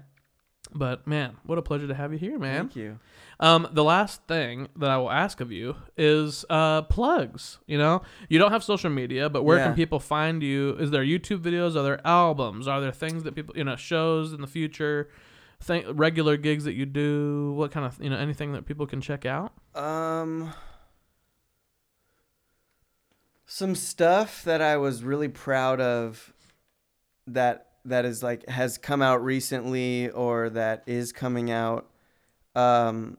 But man, what a pleasure to have you here, man. Thank you. Um, the last thing that I will ask of you is uh, plugs. You know, you don't have social media, but where can Yeah. people find you? Is there YouTube videos? Are there albums? Are there things that people, you know, shows in the future? Thing, regular gigs that you do? What kind of, you know, anything that people can check out? Um, some stuff that I was really proud of that that is like has come out recently or that is coming out. Um,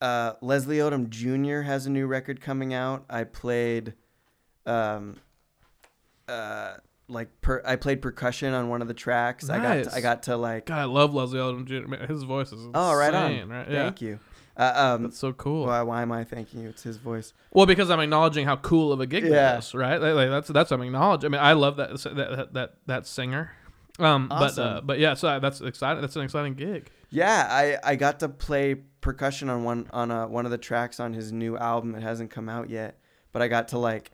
uh, Leslie Odom Jr. has a new record coming out. I played, um, uh, like per I played percussion on one of the tracks. I got Nice. to, I got to like. God, I love Leslie Odom Jr. Man, his voice is insane, Oh, right on. Right? Yeah. Thank you. Uh, um, That's so cool. why, why am I thanking you? It's his voice. Well, because I'm acknowledging how cool of a gig that Yeah. is, right? Like, like, that's that's what I'm acknowledging. I mean, I love that that that that, that singer. Um, but uh, Awesome. but yeah, so I- that's exciting. That's an exciting gig. Yeah, I, I got to play percussion on one on a, one of the tracks on his new album. It hasn't come out yet, but I got to like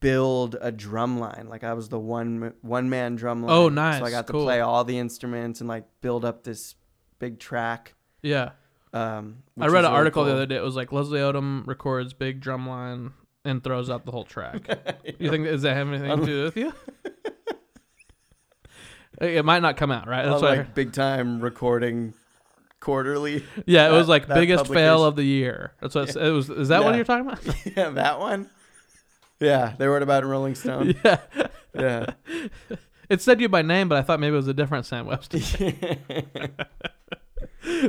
build a drum line. Like I was the one one man drum line. Oh, nice. So I got to Cool. play all the instruments and like build up this big track. Yeah, Um, I read an which is really article the cool. other day. It was like Leslie Odom records big drum line and throws out the whole track. you think does that have anything to do with you? it might not come out, right? That's On, what I like heard. big time recording quarterly. Yeah, it was like that biggest fail publication. of the year. That's what it was. Is that what Yeah. you're talking about? yeah, that one. Yeah, they wrote about it in Rolling Stone. yeah. yeah. It said you by name, but I thought maybe it was a different Sam Webster.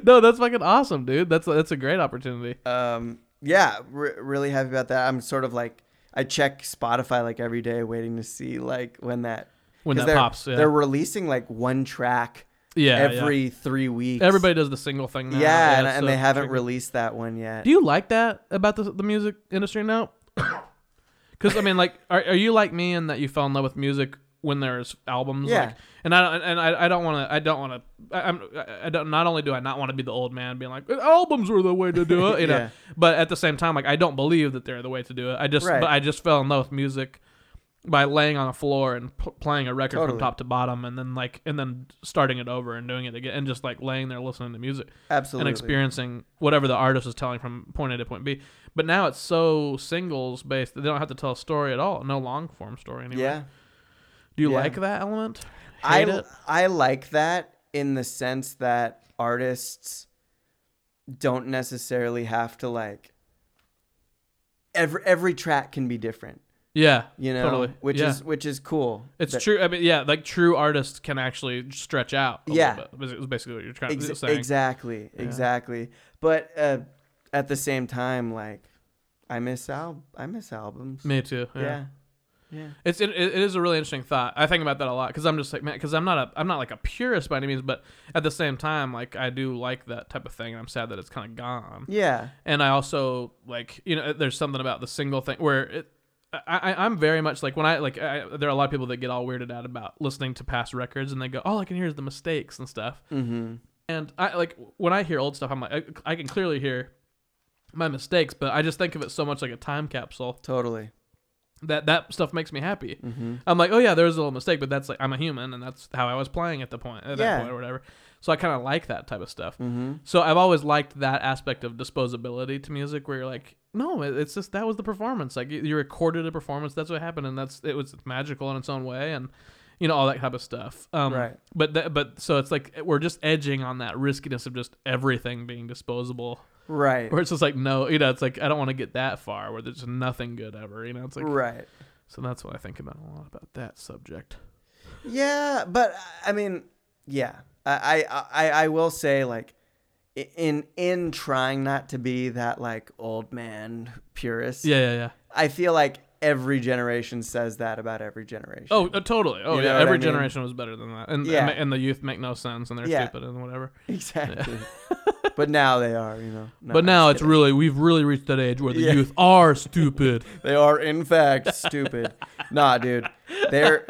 no, that's fucking awesome, dude. That's that's a great opportunity. um yeah re- really happy about that i'm sort of like i check spotify like every day waiting to see like when that When 'cause that they're, pops, yeah. they're releasing like one track Yeah, every three weeks yeah. everybody does the single thing now. yeah, and, and so they haven't tricky. released that one yet Do you like that about the the music industry now? Because I mean, like, are are you like me in that you fell in love with music when there's albums? Yeah. Like, and I don't- and I, I don't want to I don't want to I, I'm I I don't not only do I not want to be the old man being like albums were the way to do it you know Yeah. but at the same time like I don't believe that they're the way to do it I just Right. but I just fell in love with music by laying on a floor and p- playing a record from Totally. top to bottom and then like and then starting it over and doing it again and just like laying there listening to music absolutely and experiencing whatever the artist is telling from point A to point B. But now it's so singles based that they don't have to tell a story at all. No long form story anymore. yeah Do you yeah. like that element? I Hate it? I like that in the sense that artists don't necessarily have to like every every track can be different, Yeah. you know, Totally. which Yeah. is which is cool. It's That- true. I mean, yeah, like true artists can actually stretch out. A Yeah. little bit, is basically what you're trying to Ex- say. exactly, exactly. But uh, at the same time, like I miss al- I miss albums. Me too. Yeah. yeah. yeah, It's it, it is a really interesting thought. I think about that a lot because I'm just like man, because I'm not a I'm not like a purist by any means, but at the same time, like I do like that type of thing, and I'm sad that it's kind of gone. yeah, and I also like you know there's something about the single thing where it. I, I, I'm very much like when I like I, there are a lot of people that get all weirded out about listening to past records and they go all I can hear is the mistakes and stuff mm-hmm. and I like when I hear old stuff I'm like I, I can clearly hear my mistakes but I just think of it so much like a time capsule totally. Mm-hmm. that that stuff makes me happy. I'm like, oh yeah, there was a little mistake, but that's like I'm a human, and that's how I was playing at the point at that Yeah. point or whatever. So I kind of like that type of stuff. Mm-hmm. So I've always liked that aspect of disposability to music, where you're like, no, it- it's just that was the performance. Like you, you recorded a performance, that's what happened, and that's it was magical in its own way, and you know all that type of stuff. Um, Right. But that but so it's like we're just edging on that riskiness of just everything being disposable. Right, Where it's just like no, you know, it's like I don't want to get that far where there's nothing good ever, you know. It's like right. so that's what I think about a lot about that subject. Yeah, but I mean, yeah, I, I, I, I will say like, i- in in trying not to be that like old man purist. Yeah, yeah, yeah. I feel like every generation says that about every generation. Oh, uh, totally. Oh, You know yeah. what I Every mean? generation was better than that, and Yeah. and, the youth make no sense, and they're Yeah. stupid and whatever. exactly. but now they are, you know. No, but I'm now just it's really we've really reached that age where the Yeah. youth are stupid. They are in fact stupid. nah, dude. They're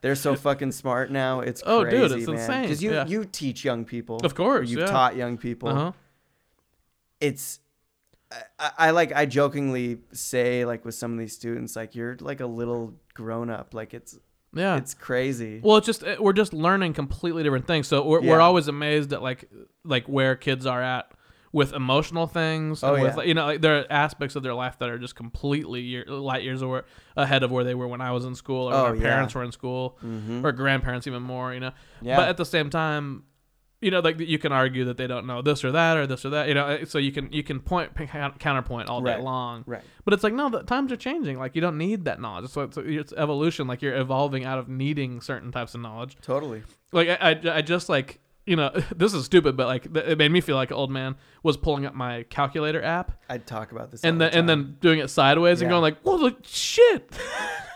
They're so fucking smart now. It's Oh, dude, crazy, it's man. insane. Because you Yeah. you teach young people, Of course, You've yeah. taught young people. Uh huh. It's I, I, I like I jokingly say like with some of these students like you're like a little grown up. Like it's Yeah. it's crazy. Well, it's just uh, we're just learning completely different things. So we're, we're Yeah. always amazed at like like where kids are at with emotional things. and Oh, with, yeah. You know, like, there are aspects of their life that are just completely year, light years away, ahead of where they were when I was in school or when Oh, our yeah. Mm-hmm. parents were in school or grandparents even more. You know, Yeah. but at the same time. You know, like you can argue that they don't know this or that or this or that. You know, eh, so you can you can point p- coun- counterpoint all day Right. long. Right. But it's like no, the times are changing. Like you don't need that knowledge. So it's, it's evolution. Like you're evolving out of needing certain types of knowledge. totally. Like I, I, I just like you know this is stupid, but like th- it made me feel like an old man was pulling up my calculator app I'd talk about this. and all then the and time. then doing it sideways and Yeah. going like, well, the shit.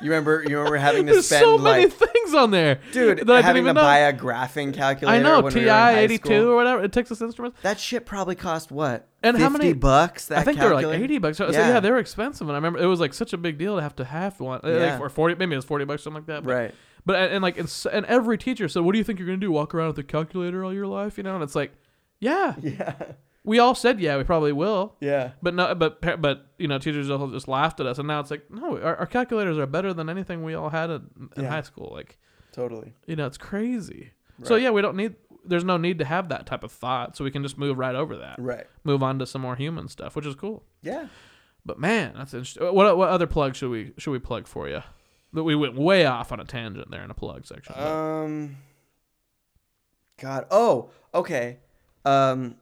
you remember you remember having to There's spend so many like things on there, dude that I didn't having to even know. buy a graphing calculator. I know when TI we were in high eighty two school. or whatever at Texas Instruments. That shit probably cost what? And 50 how many- bucks? That I think they were calculator? like eighty bucks. So so, yeah. they were expensive, and I remember it was like such a big deal to have to have one, uh, Yeah. like, or forty, maybe it was forty bucks, something like that. But, Right. But and, and like and, s- and every teacher said, "What do you think you're gonna do? Walk around with a calculator all your life?" You know, and it's like, yeah, Yeah. we all said yeah, we probably will. Yeah. But no, but par- but you know, teachers all just laughed at us, and now it's like, no, our, our calculators are better than anything we all had at, in Yeah. high school. Like, Totally. you know, it's crazy. So Right. yeah, we don't need. There's no need to have that type of thought, so we can just move right over that. Right. Move on to some more human stuff, which is cool. Yeah. But man, that's interesting. What what other plug should we should we plug for you? But we went way off on a tangent there in a plug section. but- Um. God. Oh. Okay. Um.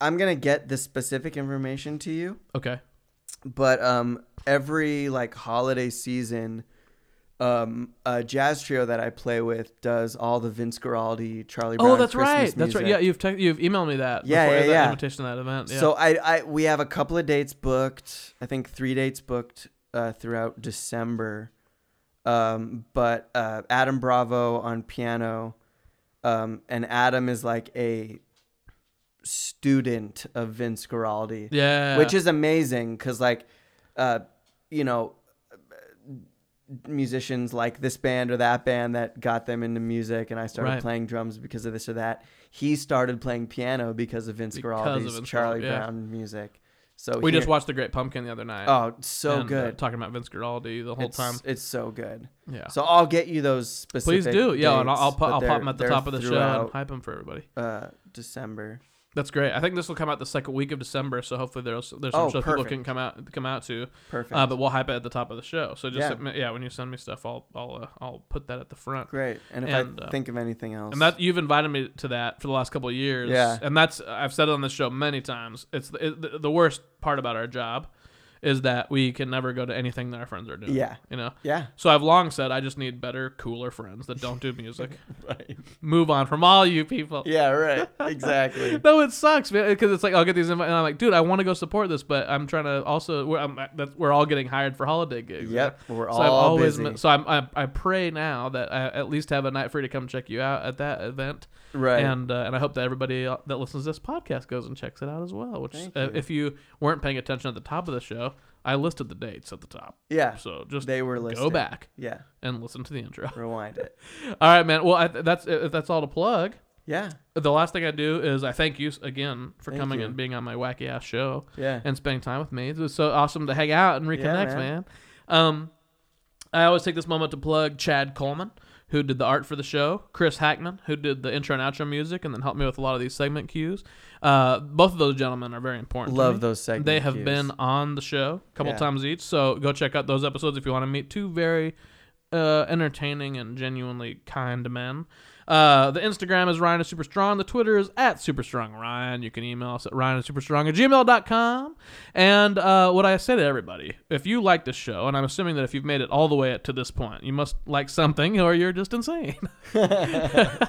I'm gonna get this specific information to you, okay. but um, every like holiday season, um, a jazz trio that I play with does all the Vince Guaraldi, Charlie Brown. Oh, that's Christmas right. That's right. music. Yeah, you've te- you've emailed me that. Yeah, before yeah, that yeah. Invitation to that event. Yeah. So I, I we have a couple of dates booked. I think three dates booked uh, throughout December. Um, but uh, Adam Bravo on piano, um, and Adam is like a student of Vince Guaraldi, yeah, which is amazing because like, uh, you know, musicians like this band or that band that got them into music, and I started Right. playing drums because of this or that. He started playing piano because of Vince Because of Guaraldi's Vince Charlie Guaraldi, yeah. Brown music. So we here- just watched the Great Pumpkin the other night. Oh, it's so and, uh, good. talking about Vince Guaraldi the whole it's, time. It's so good. Yeah. So I'll get you those specific. Please do. Yeah, and I'll dates, I'll, pu- but I'll they're- pop him at the they're top of the show and throughout, hype him for everybody. Uh, December. That's great. I think this will come out the second week of December, so hopefully there's there's some Oh, stuff people perfect. can come out come out to. Perfect. Uh, but we'll hype it at the top of the show. So just Yeah. submit- yeah, when you send me stuff, I'll I'll uh, I'll put that at the front. Great. And if and, I uh, think of anything else, And that you've invited me to that for the last couple of years. Yeah. And that's I've said it on this show many times. It's the, it, the- the worst part about our job is that we can never go to anything that our friends are doing. Yeah. You know. yeah. So I've long said I just need better, cooler friends that don't do music. Right. Move on from all you people. Yeah. Right. Exactly. No, it sucks, man. Because it's like I'll get these invites, and I'm like, dude, I want to go support this, but I'm trying to also we're, I'm, that's, we're all getting hired for holiday gigs. Yep, we're I've all always busy. so I'm, I I pray now that I at least have a night free to come check you out at that event. Right. And uh, and I hope that everybody that listens to this podcast goes and checks it out as well. Which Thank uh, you. if you weren't paying attention at the top of the show, I listed the dates at the top. Yeah. So just They were go listed. back Yeah. and listen to the intro. Rewind it. All right, man. Well, I, that's if that's all to plug Yeah. the last thing I do is I thank you s- again for Thank coming you. and being on my wacky ass show Yeah. and spending time with me. It was so awesome to hang out and reconnect, man. man. Um, I always take this moment to plug Chad Coleman, who did the art for the show, Chris Hackman, who did the intro and outro music, and then helped me with a lot of these segment cues. Uh, both of those gentlemen are very important. to Love me. those segment They have cues. been on the show a couple Yeah. times each, so go check out those episodes if you want to meet two very uh, entertaining and genuinely kind men. Uh, the Instagram is Ryan is Super Strong. The Twitter is at Super Strong Ryan. You can email us at Ryan is Super Strong at gmail.com. And uh, what I say to everybody, if you like this show, and I'm assuming that if you've made it all the way to this point, you must like something or you're just insane. a,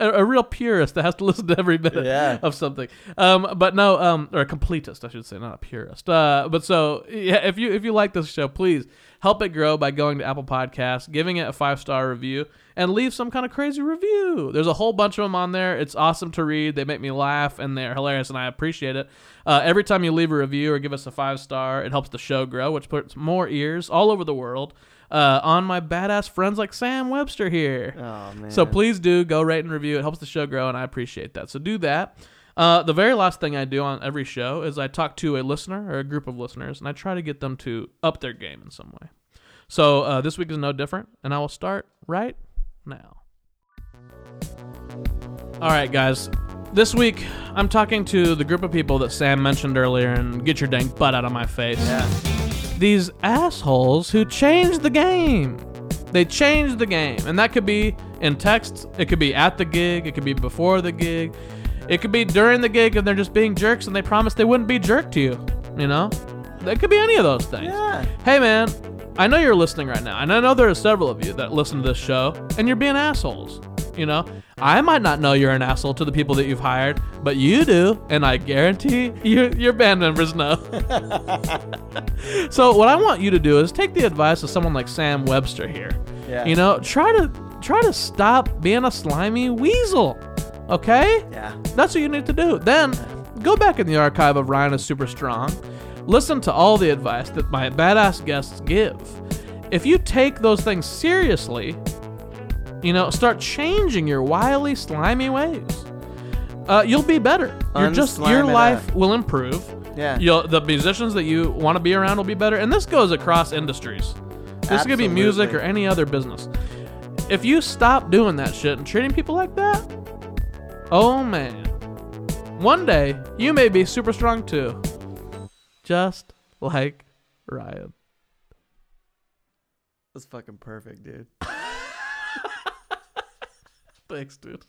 a real purist that has to listen to every minute Yeah. of something. Um, but no, um, or a completist, I should say, not a purist. Uh, but so yeah, if you if you like this show, please help it grow by going to Apple Podcasts, giving it a five star review, and leave some kind of crazy review. There's a whole bunch of them on there. It's awesome to read. They make me laugh, and they're hilarious, and I appreciate it. Uh, every time you leave a review or give us a five star, it helps the show grow, which puts more ears all over the world uh, on my badass friends like Sam Webster here. Oh man. So please do go rate and review. It helps the show grow, and I appreciate that. So do that. Uh, the very last thing I do on every show is I talk to a listener or a group of listeners, and I try to get them to up their game in some way. So uh, this week is no different, and I will start right now. All right, guys. This week, I'm talking to the group of people that Sam mentioned earlier, and get your dang butt out of my face Yeah. these assholes who changed the game. They changed the game. And that could be in text, it could be at the gig, it could be before the gig, it could be during the gig and they're just being jerks and they promised they wouldn't be jerk to you. You know? It could be any of those things. Yeah. Hey man, I know you're listening right now, and I know there are several of you that listen to this show, and you're being assholes. You know, I might not know you're an asshole to the people that you've hired, but you do, and I guarantee you, your band members know. so what I want you to do is take the advice of someone like Sam Webster here. Yeah. You know, try to try to stop being a slimy weasel. Okay? Yeah. That's what you need to do. Then go back in the archive of Ryan is Super Strong. Listen to all the advice that my badass guests give. If you take those things seriously, you know, start changing your wily, slimy ways. Uh, you'll be better. You're just Unslime your it life up. will improve. Yeah. You'll, the musicians that you want to be around will be better, and this goes across industries. This could be music Absolutely. or any other business. If you stop doing that shit and treating people like that, oh man, one day you may be super strong too, just like Ryan. That's fucking perfect, dude. Thanks, dude.